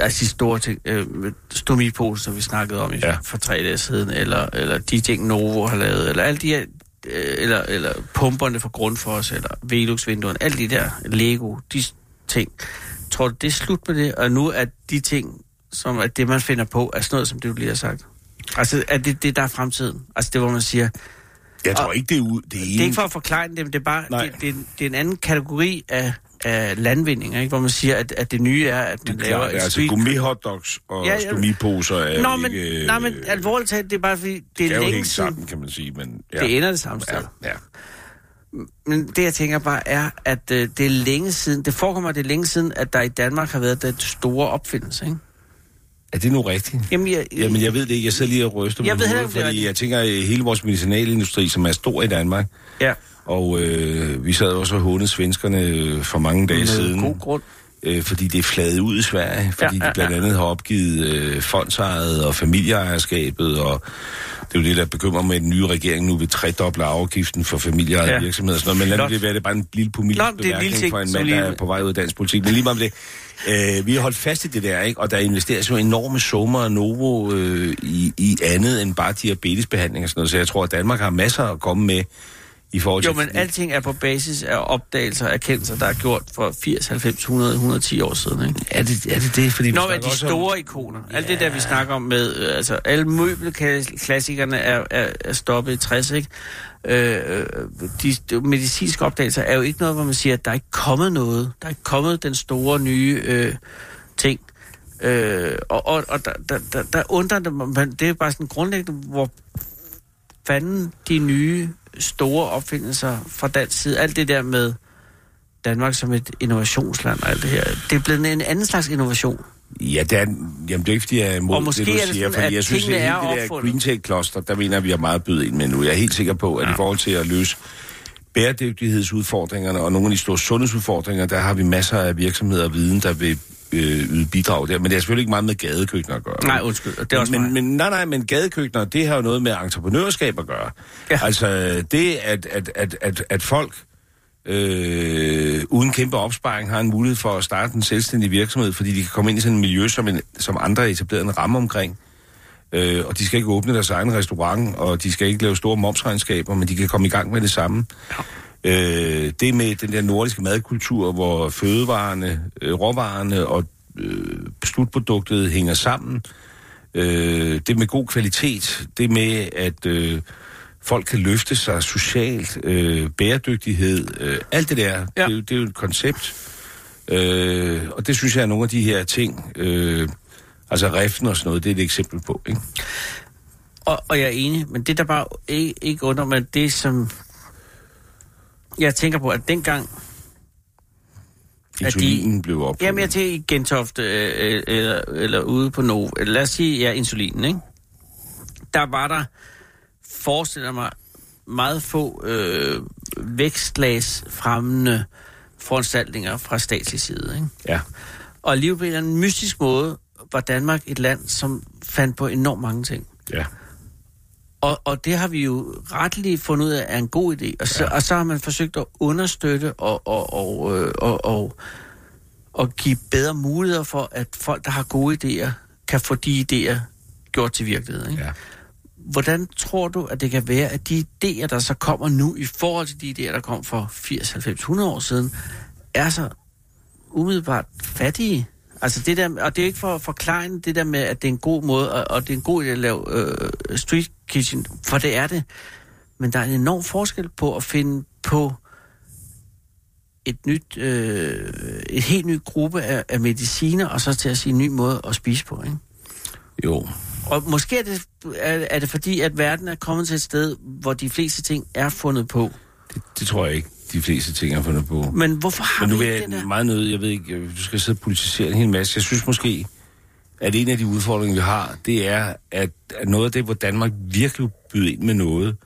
Speaker 3: altså de store ting, øh, stomiposen, som vi snakkede om i,
Speaker 4: Ja.
Speaker 3: ja. for tre dage siden, eller, eller de ting, Novo har lavet, eller alle de her, øh, eller, eller pumperne fra Grundfos, eller Velux-vinduerne, alle de der Lego, de s- ting. Tror du, det er slut med det, og nu er de ting, som er det, man finder på, er sådan noget, som det, du lige har sagt? Altså, er det det, der er fremtiden? Altså, det, hvor man siger,
Speaker 4: Jeg tror ikke, det er, u- det er,
Speaker 3: det er ikke for at forklare det, men det er bare
Speaker 4: Nej.
Speaker 3: det, det, er en- det er en anden kategori af, af landvindinger, ikke? hvor man siger, at, at det nye er, at man
Speaker 4: det er
Speaker 3: laver
Speaker 4: klart,
Speaker 3: et
Speaker 4: altså
Speaker 3: street...
Speaker 4: gourmet hotdogs og
Speaker 3: Ja,
Speaker 4: ja,
Speaker 3: ja.
Speaker 4: ja. stomiposer er
Speaker 3: Nå,
Speaker 4: jo
Speaker 3: men,
Speaker 4: ikke... øh,
Speaker 3: nej, men alvorligt talt, det er bare fordi, det
Speaker 4: kan
Speaker 3: er
Speaker 4: jo
Speaker 3: længe
Speaker 4: hænge
Speaker 3: siden,
Speaker 4: sammen, kan man sige, men...
Speaker 3: ja. det ender det samme sted.
Speaker 4: ja, ja.
Speaker 3: Men det, jeg tænker bare, er, at øh, det er længe siden, det forekommer, at det er længe siden, at der i Danmark har været den store opfindelse, ikke?
Speaker 4: Er det nu rigtigt?
Speaker 3: Jamen, jeg,
Speaker 4: Jamen, jeg ved det ikke. Jeg sidder lige og ryster
Speaker 3: Jeg
Speaker 4: på
Speaker 3: ved heller
Speaker 4: hovedet,
Speaker 3: ikke, om det er
Speaker 4: fordi
Speaker 3: rigtigt.
Speaker 4: jeg tænker, at hele vores medicinalindustri, som er stor i Danmark,
Speaker 3: ja,
Speaker 4: og øh, vi sad også og hånede svenskerne øh, for mange dage
Speaker 3: med
Speaker 4: siden,
Speaker 3: god grund.
Speaker 4: øh, fordi det er fladet ud i Sverige, fordi
Speaker 3: Ja,
Speaker 4: ja,
Speaker 3: ja,
Speaker 4: de blandt andet har opgivet øh, fondsejet og familieejerskabet, og det er jo det, der bekymrer med, at den nye regering nu vil tredoble afgiften for familieejede
Speaker 3: Ja.
Speaker 4: ja. virksomheder og sådan noget, men lad nu
Speaker 3: Flot.
Speaker 4: det være, det er bare en lille politisk
Speaker 3: Nå, men det er en lille
Speaker 4: bemærkning
Speaker 3: ting,
Speaker 4: fra en
Speaker 3: som
Speaker 4: mand,
Speaker 3: lige-
Speaker 4: der er på vej ud af dansk politik, men lige meget om det, øh, vi har holdt fast i det der, ikke? og der investeres jo enorme summer og novo øh, i, i andet end bare diabetesbehandling og sådan noget, så jeg tror, at Danmark har masser at komme med i forhold til...
Speaker 3: Jo, men alting er på basis af opdagelser og erkendelser, der er gjort for 80, 90, 100, 110 år siden, ikke?
Speaker 4: Er det er det, det? Fordi vi
Speaker 3: Nå,
Speaker 4: snakker
Speaker 3: men de
Speaker 4: også om-
Speaker 3: store om... ikoner. Alt det der, vi snakker om med, øh, altså alle møbelklassikerne er, er, er stoppet i 60, ikke? Øh, øh, de, de medicinske opdagelser er jo ikke noget, hvor man siger, at der er ikke kommet noget. Der er ikke kommet den store nye øh, ting. Øh, og og, og der, der, der, der undrer det mig, men det er bare sådan grundlæggende, hvor fanden de nye store opfindelser fra dansk side, alt det der med Danmark som et innovationsland og alt det her, det er blevet en anden slags innovation.
Speaker 4: Ja, det er, jamen, det er ikke, fordi jeg er imod
Speaker 3: Og måske
Speaker 4: det, du
Speaker 3: er det
Speaker 4: siger,
Speaker 3: sådan,
Speaker 4: fordi
Speaker 3: at
Speaker 4: jeg synes,
Speaker 3: tingene
Speaker 4: at hele
Speaker 3: er
Speaker 4: det der
Speaker 3: opfundet.
Speaker 4: Green Tech-kloster, der mener vi har meget at byde ind med nu. Jeg er helt sikker på, at ja. i forhold til at løse bæredygtighedsudfordringerne og nogle af de store sundhedsudfordringer, der har vi masser af virksomheder og viden, der vil øh, yde bidrag der. Men det er selvfølgelig ikke meget med gadekøkkener at gøre.
Speaker 3: Nej, undskyld, og det er også
Speaker 4: men,
Speaker 3: mig.
Speaker 4: men, men nej, nej, men gadekøkkener, det har jo noget med entreprenørskab at gøre.
Speaker 3: Ja.
Speaker 4: Ja. Altså det, at, at, at, at, at folk øh, uden kæmpe opsparing har en mulighed for at starte en selvstændig virksomhed, fordi de kan komme ind i sådan et miljø, som, en, som andre har etableret en ramme omkring. Øh, og de skal ikke åbne deres egen restaurant, og de skal ikke lave store momsregnskaber, men de kan komme i gang med det samme. Øh, det med den der nordiske madkultur, hvor fødevarene, øh, råvarerne og øh, slutproduktet hænger sammen. Øh, det med god kvalitet, det med, at øh, folk kan løfte sig socialt, øh, bæredygtighed, øh, alt det der, ja. det, er jo- det er jo et koncept. Øh, og det synes jeg er nogle af de her ting, øh, altså riften og sådan noget, det er et eksempel på, ikke?
Speaker 3: Og, og jeg er enig, men det der bare ikke, ikke under mig, det som jeg tænker på, at dengang...
Speaker 4: Insulinen blev op.
Speaker 3: Jamen, jeg er til i Gentofte, øh, øh, eller, eller ude på Novo. Lad os sige, ja, insulinen, ikke? Der var der, forestiller mig, meget få øh, vækstlagsfremmende foranstaltninger fra statslig side, ikke?
Speaker 4: Ja.
Speaker 3: Og alligevel på en eller anden mystisk måde var Danmark et land, som fandt på enormt mange ting.
Speaker 4: ja.
Speaker 3: Og, og det har vi jo retligt fundet ud af er en god idé. Og så, ja. og så har man forsøgt at understøtte og, og, og, øh, og, og, og give bedre muligheder for, at folk, der har gode idéer, kan få de idéer gjort til virkelighed. Ikke?
Speaker 4: Ja.
Speaker 3: Hvordan tror du, at det kan være, at de idéer, der så kommer nu, i forhold til de idéer, der kom for 80, 90, 100 år siden, er så umiddelbart fattige? Altså det der, og det er ikke for at forklare det der med, at det er en god måde, og, og det er en god idé at lave øh, street kitchen, for det er det. Men der er en enorm forskel på at finde på et nyt, øh, et helt ny gruppe af, af mediciner, og så til at sige en ny måde at spise på, ikke?
Speaker 4: Jo.
Speaker 3: Og måske er det, er, er det fordi, at verden er kommet til et sted, hvor de fleste ting er fundet på.
Speaker 4: Det, det tror jeg ikke, de fleste ting har fundet på.
Speaker 3: Men hvorfor har
Speaker 4: Men nu
Speaker 3: vi
Speaker 4: vil
Speaker 3: ikke det
Speaker 4: jeg
Speaker 3: der?
Speaker 4: meget nødt, jeg ved ikke, øh, du skal sidde og politisere en hel masse. Jeg synes måske, at en af de udfordringer, vi har, det er, at, at noget af det, hvor Danmark virkelig byder ind med noget,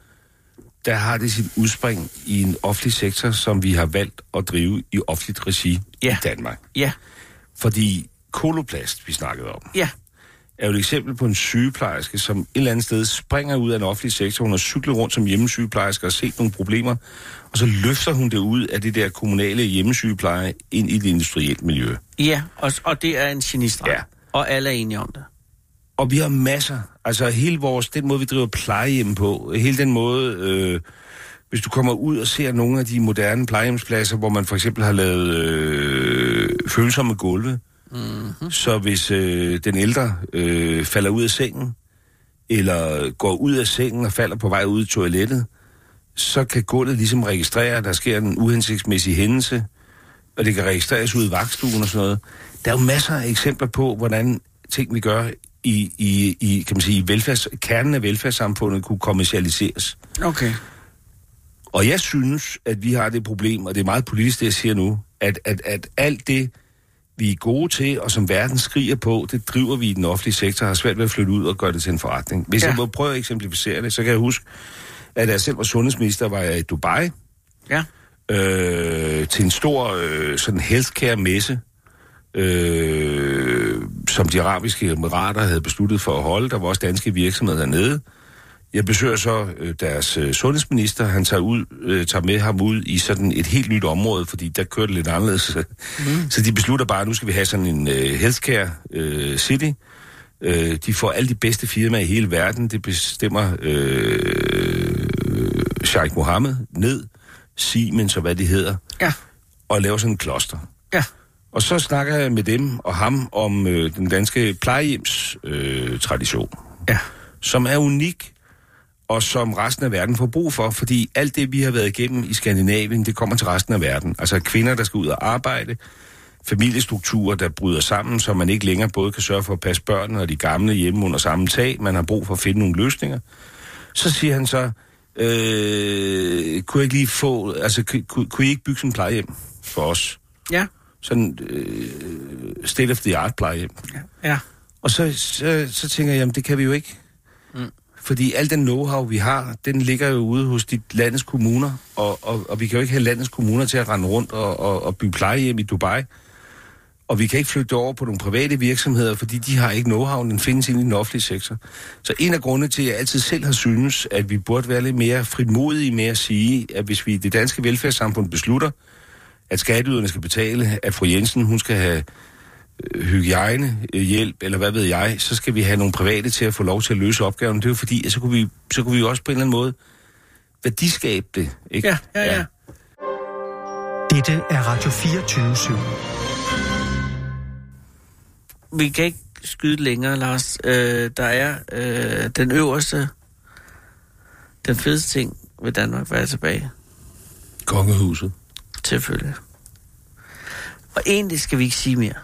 Speaker 4: der har det sit udspring i en offentlig sektor, som vi har valgt at drive i offentligt regi
Speaker 3: Ja.
Speaker 4: i Danmark.
Speaker 3: Ja,
Speaker 4: Fordi koloplast, vi snakkede om,
Speaker 3: ja,
Speaker 4: er jo et eksempel på en sygeplejerske, som et eller andet sted springer ud af en offentlig sektor. Hun har cyklet rundt som hjemmesygeplejerske og set nogle problemer, og så løfter hun det ud af det der kommunale hjemmesygepleje ind i det industrielt miljø.
Speaker 3: ja. Og, og det er en genistreg.
Speaker 4: Ja.
Speaker 3: Og alle er enige om det.
Speaker 4: Og vi har masser. Altså hele vores, den måde, vi driver plejehjem på, hele den måde, øh, hvis du kommer ud og ser nogle af de moderne plejehjemspladser, hvor man for eksempel har lavet øh, følsomme gulve, mm-hmm. så hvis øh, den ældre øh, falder ud af sengen, eller går ud af sengen og falder på vej ud i toilettet, så kan gulvet ligesom registrere, at der sker en uhensigtsmæssig hændelse, og det kan registreres ude i vagtstuen og sådan noget. Der er jo masser af eksempler på, hvordan ting, vi gør i, i, i kan man sige, i velfærds, kernen af velfærdssamfundet kunne kommercialiseres.
Speaker 3: Okay.
Speaker 4: Og jeg synes, at vi har det problem, og det er meget politisk, det jeg siger nu, at, at, at alt det, vi er gode til, og som verden skriger på, det driver vi i den offentlige sektor, har svært ved at flytte ud og gøre det til en forretning. Hvis
Speaker 3: Ja.
Speaker 4: ja. jeg må prøve at eksemplificere det, så kan jeg huske, at da jeg selv var sundhedsminister, var jeg i Dubai,
Speaker 3: Ja,
Speaker 4: øh, til en stor øh, sådan healthcare-messe, øh, som de arabiske emirater havde besluttet for at holde. Der var også danske virksomheder dernede. Jeg besøger så øh, deres øh, sundhedsminister. Han tager, ud, øh, tager med ham ud i sådan et helt nyt område, fordi der kørte det lidt anderledes. Mm. Så de beslutter bare, at nu skal vi have sådan en øh, healthcare øh, city. Øh, de får alle de bedste firmaer i hele verden. Det bestemmer øh, Sheikh Mohammed ned, Siemens og hvad det hedder,
Speaker 3: ja,
Speaker 4: og laver sådan en kloster.
Speaker 3: ja.
Speaker 4: Og så snakker jeg med dem og ham om øh, den danske plejehjemstradition, øh, tradition,
Speaker 3: Ja,
Speaker 4: som er unik, og som resten af verden får brug for, fordi alt det, vi har været igennem i Skandinavien, det kommer til resten af verden. Altså kvinder, der skal ud og arbejde, familiestrukturer, der bryder sammen, så man ikke længere både kan sørge for at passe børnene og de gamle hjemme under samme tag. Man har brug for at finde nogle løsninger. Så siger han så, øh, kunne jeg ikke lige få, altså ku- ku- kunne I ikke bygge sådan en plejehjem for os?
Speaker 3: ja,
Speaker 4: Sådan øh, state of the art plejehjem.
Speaker 3: ja.
Speaker 4: Og så, så, så tænker jeg, jamen det kan vi jo ikke. Mm. Fordi al den know-how, vi har, den ligger jo ude hos de landets kommuner, og, og, og vi kan jo ikke have landets kommuner til at rende rundt og, og, og bygge plejehjem i Dubai. Og vi kan ikke flytte det over på nogle private virksomheder, fordi de har ikke know-how, den findes inde i den offentlige sektor. Så en af grundene til, at jeg altid selv har synes, at vi burde være lidt mere frimodige med at sige, at hvis vi i det danske velfærdssamfund beslutter, at skatteyderne skal betale, at fru Jensen hun skal have øh, hygiejnehjælp, eller hvad ved jeg, så skal vi have nogle private til at få lov til at løse opgaven. Det er jo fordi, at så kunne vi, så kunne vi jo også på en eller anden måde værdiskabe det. Ikke?
Speaker 3: Ja, ja, ja.
Speaker 1: Dette er Radio 24 /7.
Speaker 3: Vi kan ikke skyde længere, Lars. Øh, der er øh, den øverste, den fedeste ting ved Danmark, hvad er tilbage.
Speaker 4: Kongehuset.
Speaker 3: Selvfølgelig. Og egentlig skal vi ikke sige mere.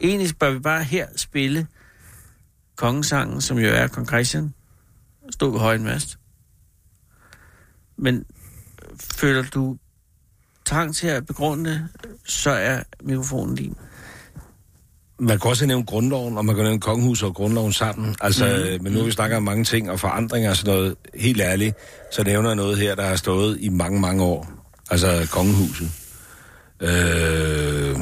Speaker 3: Egentlig bør vi bare her spille kongesangen, som jo er kong Christian, stod ved højen mast. Men øh, føler du trang til at begrunde det, så er mikrofonen din.
Speaker 4: Man kan også nævne grundloven, og man kan nævne kongehuset og grundloven sammen. Altså, mm. men nu har vi snakker om mange ting og forandringer og sådan noget. Helt ærligt, så nævner jeg noget her, der har stået i mange, mange år. Altså kongehuset. Øh,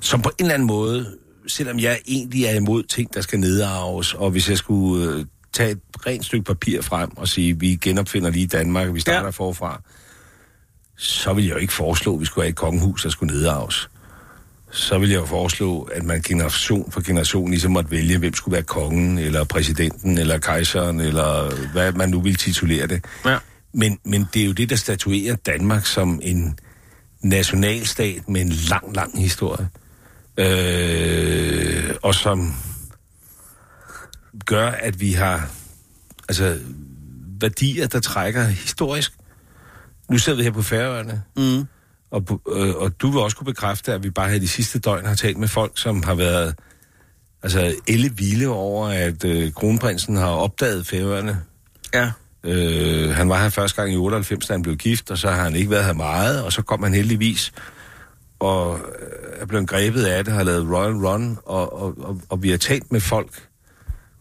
Speaker 4: som på en eller anden måde, selvom jeg egentlig er imod ting, der skal nedarves, og hvis jeg skulle øh, tage et rent stykke papir frem og sige, vi genopfinder lige Danmark, og vi starter ja.
Speaker 3: Ja.
Speaker 4: forfra, så vil jeg jo ikke foreslå, at vi skulle have et kongehus, der skulle nedarves. Så vil jeg jo foreslå, at man generation for generation ligesom måtte vælge, hvem skulle være kongen, eller præsidenten, eller kejseren, eller hvad man nu vil titulere det.
Speaker 3: Ja.
Speaker 4: Men, men det er jo det, der statuerer Danmark som en nationalstat med en lang, lang historie. Øh, og som gør, at vi har altså, værdier, der trækker historisk. Nu sidder vi her på Færøerne,
Speaker 3: Mm.
Speaker 4: og, på- øh, og du vil også kunne bekræfte, at vi bare her de sidste døgn har talt med folk, som har været altså, ellevilde over, at øh, kronprinsen har opdaget Færøerne
Speaker 3: Ja.
Speaker 4: Øh, han var her første gang i 98, da han blev gift, og så har han ikke været her meget, og så kom han heldigvis og øh, er blevet grebet af det, har lavet Royal Run, og, og, og, og vi har talt med folk,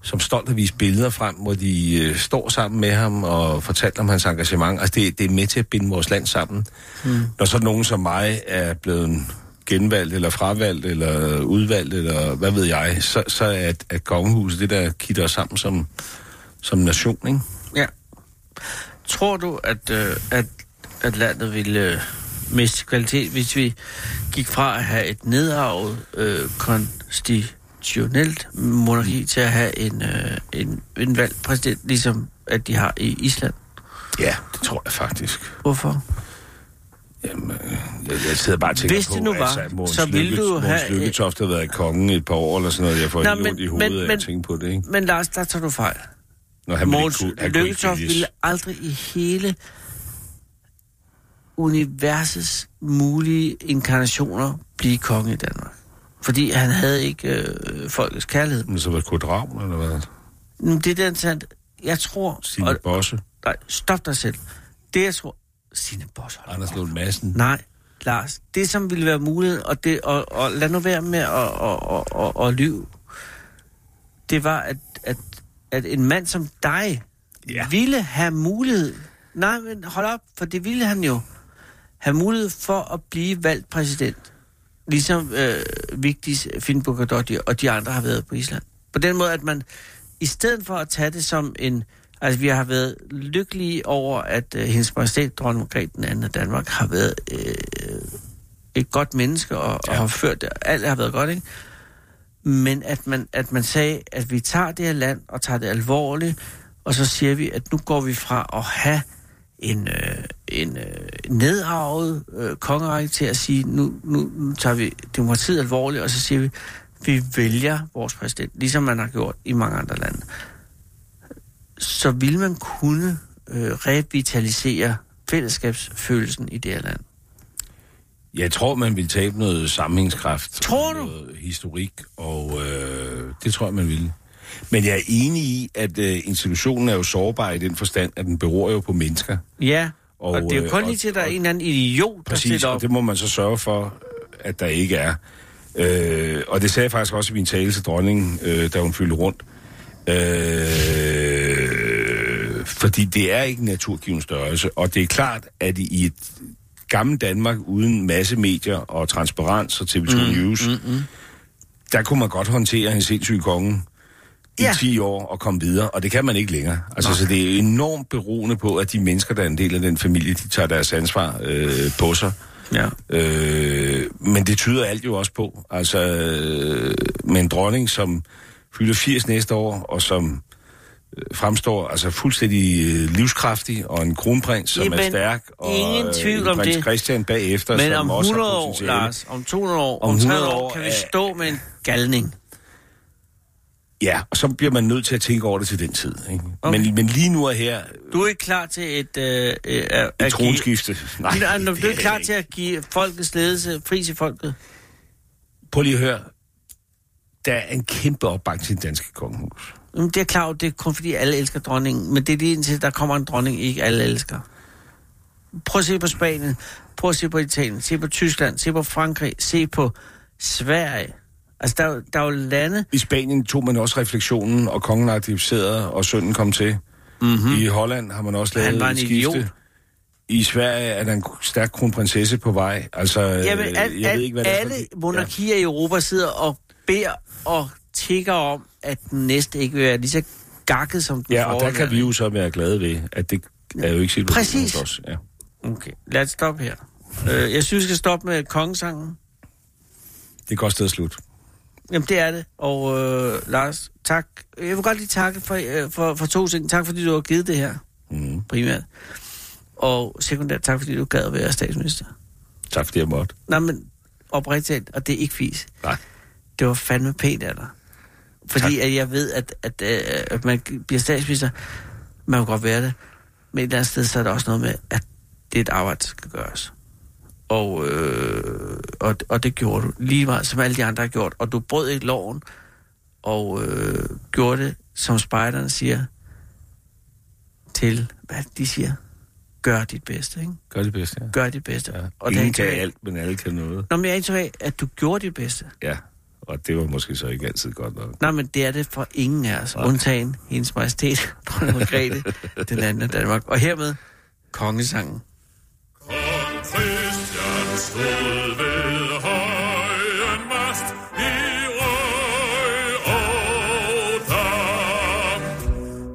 Speaker 4: som stolt har vist billeder frem, hvor de øh, står sammen med ham og fortalt om hans engagement. Altså, det, det er med til at binde vores land sammen. Mm. Når så nogen som mig er blevet genvalgt, eller fravalgt, eller udvalgt, eller hvad ved jeg, så, så er, er kongehuset det, der kitter os sammen som, som nation, ikke?
Speaker 3: ja. Tror du, at, øh, at, at landet ville øh, miste kvalitet, hvis vi gik fra at have et nedarvet øh, konstitutionelt monarki til at have en, øh, en, en valgt præsident, ligesom at de har i Island?
Speaker 4: Ja, det tror jeg faktisk.
Speaker 3: Hvorfor?
Speaker 4: øh, Jeg, jeg sidder bare og tænker
Speaker 3: Hvis
Speaker 4: på,
Speaker 3: det nu var,
Speaker 4: altså, Måns
Speaker 3: så ville
Speaker 4: Lykke-
Speaker 3: du
Speaker 4: Mogens
Speaker 3: have-
Speaker 4: Lykketoft har været kongen et par år eller sådan noget. Jeg får
Speaker 3: Nå,
Speaker 4: helt
Speaker 3: men-
Speaker 4: ondt i hovedet
Speaker 3: men-
Speaker 4: af
Speaker 3: men-
Speaker 4: at tænke på det, ikke?
Speaker 3: Men Lars, der tager du fejl.
Speaker 4: Når han ville
Speaker 3: Mogens
Speaker 4: ikke kunne- han kunne ikke
Speaker 3: Lykketoft
Speaker 4: vælges.
Speaker 3: ville aldrig i hele universets mulige inkarnationer blive konge i Danmark. Fordi han havde ikke øh, folkets kærlighed.
Speaker 4: Men så var det Kurt Ravn, eller hvad?
Speaker 3: Men det er den sandt. Jeg tror...
Speaker 4: Signe Bosse,
Speaker 3: nej, stop dig selv. Det, jeg tror... Signe Bosse. hold
Speaker 4: Anders Lund Madsen.
Speaker 3: Nej, Lars. Det, som ville være muligt, og, det, og, og lad nu være med at og, og, og, og lyve, det var, at, at, at en mand som dig ja. ville have mulighed... Nej, men hold op, for det ville han jo. Have mulighed for at blive valgt præsident. Ligesom øh, Vigdis, Finn Bukadottir og de andre har været på Island. På den måde, at man i stedet for at tage det som en... Altså, vi har været lykkelige over, at øh, hendes majestæt, dronning Margrethe den anden af Danmark, har været øh, et godt menneske og, ja. og har ført det. Alt har været godt, ikke? Men at man, at man sagde, at vi tager det her land og tager det alvorligt, og så siger vi, at nu går vi fra at have en, øh, en øh, nedarvet øh, kongerække til at sige, nu, nu, nu tager vi demokratiet alvorligt, og så siger vi, vi vælger vores præsident, ligesom man har gjort i mange andre lande. Så vil man kunne øh, revitalisere fællesskabsfølelsen i det her land.
Speaker 4: Jeg tror, man ville tabe noget sammenhængskraft.
Speaker 3: Tror
Speaker 4: og
Speaker 3: du?
Speaker 4: Noget historik, og øh, det tror jeg, man ville. Men jeg er enig i, at øh, institutionen er jo sårbar i den forstand, at den beror jo på mennesker.
Speaker 3: Ja, og, og
Speaker 4: Og,
Speaker 3: det er jo
Speaker 4: øh,
Speaker 3: kun
Speaker 4: og-
Speaker 3: lige til, at der er
Speaker 4: og-
Speaker 3: en eller anden idiot, der
Speaker 4: Præcis,
Speaker 3: stiller op.
Speaker 4: og det må man så sørge for, at der ikke er. Øh, og det sagde jeg faktisk også i min tale til dronningen, øh, da hun fyldte rundt. Øh, fordi det er ikke en naturgiven størrelse, og det er klart, at i et gammelt Danmark uden masse medier og transparens og TV2 mm, News, mm, mm. der kunne man godt håndtere en sindssyg konge i
Speaker 3: Ja.
Speaker 4: ja. 10 år og komme videre, og det kan man ikke længere. Altså, så det er enormt beroende på, at de mennesker, der er en del af den familie, de tager deres ansvar øh, på sig.
Speaker 3: Ja.
Speaker 4: Øh, men det tyder alt jo også på. Altså, øh, med en dronning, som fylder 80 næste år, og som øh, fremstår altså fuldstændig øh, livskraftig, og en kronprins, som
Speaker 3: Jamen,
Speaker 4: er stærk, og
Speaker 3: ingen
Speaker 4: øh,
Speaker 3: tvivl
Speaker 4: en
Speaker 3: om
Speaker 4: prins
Speaker 3: det.
Speaker 4: Christian bagefter,
Speaker 3: Men om
Speaker 4: som også
Speaker 3: 100
Speaker 4: har
Speaker 3: år,
Speaker 4: potentiale.
Speaker 3: Lars, om 200 år,
Speaker 4: Om
Speaker 3: om 300
Speaker 4: 100
Speaker 3: år,
Speaker 4: år
Speaker 3: kan vi
Speaker 4: er-
Speaker 3: stå med en galning.
Speaker 4: Ja, og så bliver man nødt til at tænke over det til den tid. Ikke?
Speaker 3: Okay.
Speaker 4: Okay. Men, men lige nu og her,
Speaker 3: Du er ikke klar til et... Øh, øh, at,
Speaker 4: et
Speaker 3: at give,
Speaker 4: tronskifte. Nej,
Speaker 3: Nej, når
Speaker 4: det
Speaker 3: du er
Speaker 4: jeg
Speaker 3: ikke klar
Speaker 4: ikke.
Speaker 3: til at give folkets ledelse fri til folket.
Speaker 4: Prøv lige at høre. der er en kæmpe opbakning til det danske kongehus.
Speaker 3: Jamen, det er klart, det er kun fordi alle elsker dronningen, men det er lige indtil, der kommer en dronning, ikke alle elsker. Prøv at se på Spanien, prøv at se på Italien, se på Tyskland, se på Frankrig, se på Sverige. Altså, der, er jo- der er jo lande,
Speaker 4: I Spanien tog man også refleksionen, og kongen aktiviserede, og sønnen kom til. Mm-hmm. I Holland har man også lavet
Speaker 3: Mhm. Han var en
Speaker 4: et skifte.
Speaker 3: idiot.
Speaker 4: I Sverige er der en stærk kronprinsesse på vej. Altså,
Speaker 3: Jamen,
Speaker 4: øh,
Speaker 3: al,
Speaker 4: jeg
Speaker 3: al,
Speaker 4: ved ikke, hvad det er for-
Speaker 3: alle monarkier ja. i Europa sidder og beder og tigger om, at den næste ikke vil være lige så gakket som den
Speaker 4: Ja, og der kan
Speaker 3: forrige.
Speaker 4: vi jo så være glade ved, at det er jo ikke situationen
Speaker 3: Præcis.
Speaker 4: hos os. Ja.
Speaker 3: Okay, lad os stoppe her. Øh, jeg synes, vi skal stoppe med kongesangen.
Speaker 4: Det er et godt sted at slutte.
Speaker 3: Jamen, det er det. Og øh, Lars, tak. Jeg vil godt lige takke for, øh, for, for to ting. Tak, fordi du har givet det her,
Speaker 4: Mm.
Speaker 3: primært. Og sekundært, tak, fordi du gad at være statsminister.
Speaker 4: Tak fordi jeg måtte.
Speaker 3: Nej, men oprigtigt, talt, og det er ikke fis.
Speaker 4: Nej.
Speaker 3: Det var fandme pænt af dig. Fordi at jeg ved, at, at, øh, at man bliver statsminister. Man kan godt være det. Men et eller andet sted, så er der også noget med, at det er et arbejde, der skal gøres. Og, øh, og, og det gjorde du lige meget, som alle de andre har gjort. Og du brød ikke loven, og øh, gjorde det, som spejderne siger, til, hvad de siger, gør dit bedste, ikke?
Speaker 4: Gør det bedste, ja.
Speaker 3: Gør dit bedste.
Speaker 4: ja.
Speaker 3: Og
Speaker 4: Og
Speaker 3: der er
Speaker 4: Ingen
Speaker 3: ikke-
Speaker 4: kan alt, men alle kan noget.
Speaker 3: Nå, men jeg er indtryk af, at du gjorde dit bedste.
Speaker 4: Ja, og det var måske så ikke altid godt nok.
Speaker 3: Nej, men det er det for ingen af os, undtagen hendes majestæt, dronning Margrethe, den anden af Danmark. Og hermed, kongesangen.
Speaker 7: Kong Christian stod ved højen mast i røg og dam.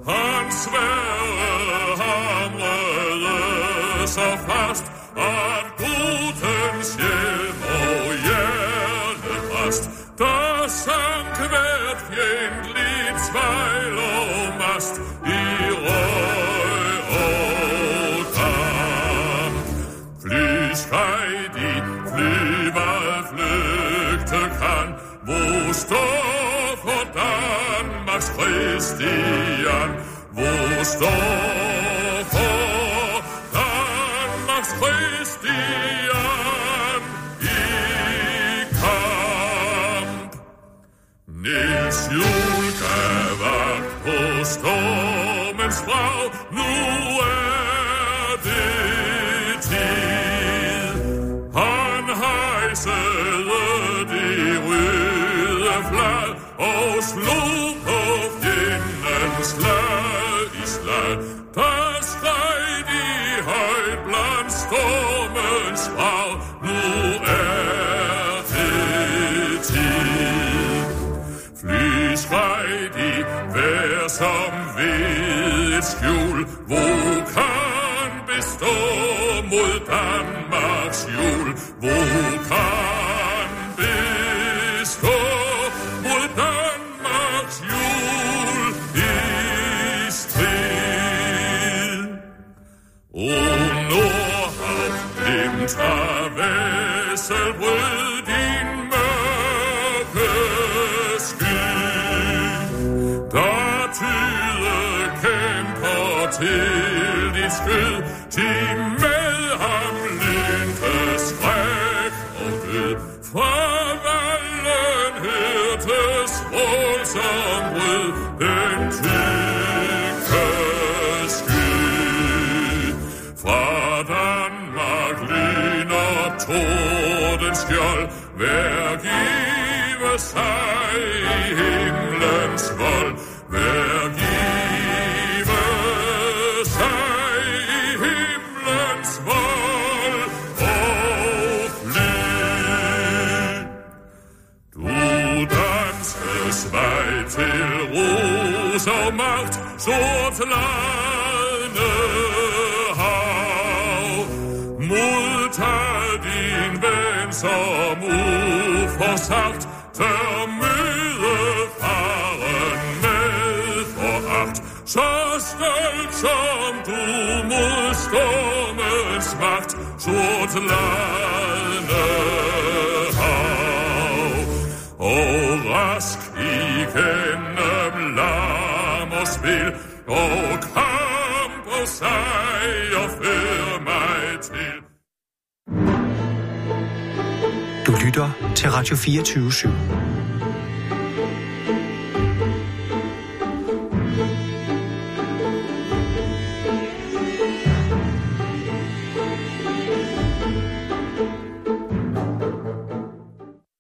Speaker 7: Han sværede hamrede så fast, at gudens hjem og hjertefast, der sank hvert fjendtligt tvejl og mast i røg og dam. Fly skreidig, flyvall flygte kan, wo står for Danmarks Christian, wo står for Danmarks Christian i kamp. Niels Julka vagt på stormens brag, nu er det tid. Han hejsede de røde flag og slog på fjendens slag i slag. Der skreg de højt blandt stormens brag, nu er det tid. Fly skreidig, vær som ved et skjul, hvor kan bestå mod Danmarks jul, hvor kan bestå mod Danmarks jul i strid. O Nordhavn, glimt af Vesselbrød, din mørke sky. Der tyde kæmper til dit skød, de med ham lynte skræk og død. Fra vallen hørtes råd som rød, den tykke sky. Fra Danmark lyner torden skjold, hver give sig i himlens vold, hver give sig i himlens vold og fly. Du danskes vej til ros og magt, sort lande hav. Modtag din ven som uforsagt, tør møde faren med foragt. Så stolt som du mod stormens magt, sort lande hav. Og rask igennem larm og spil, og kamp og sejr fører mig til.
Speaker 1: Du lytter til Radio 24 /7.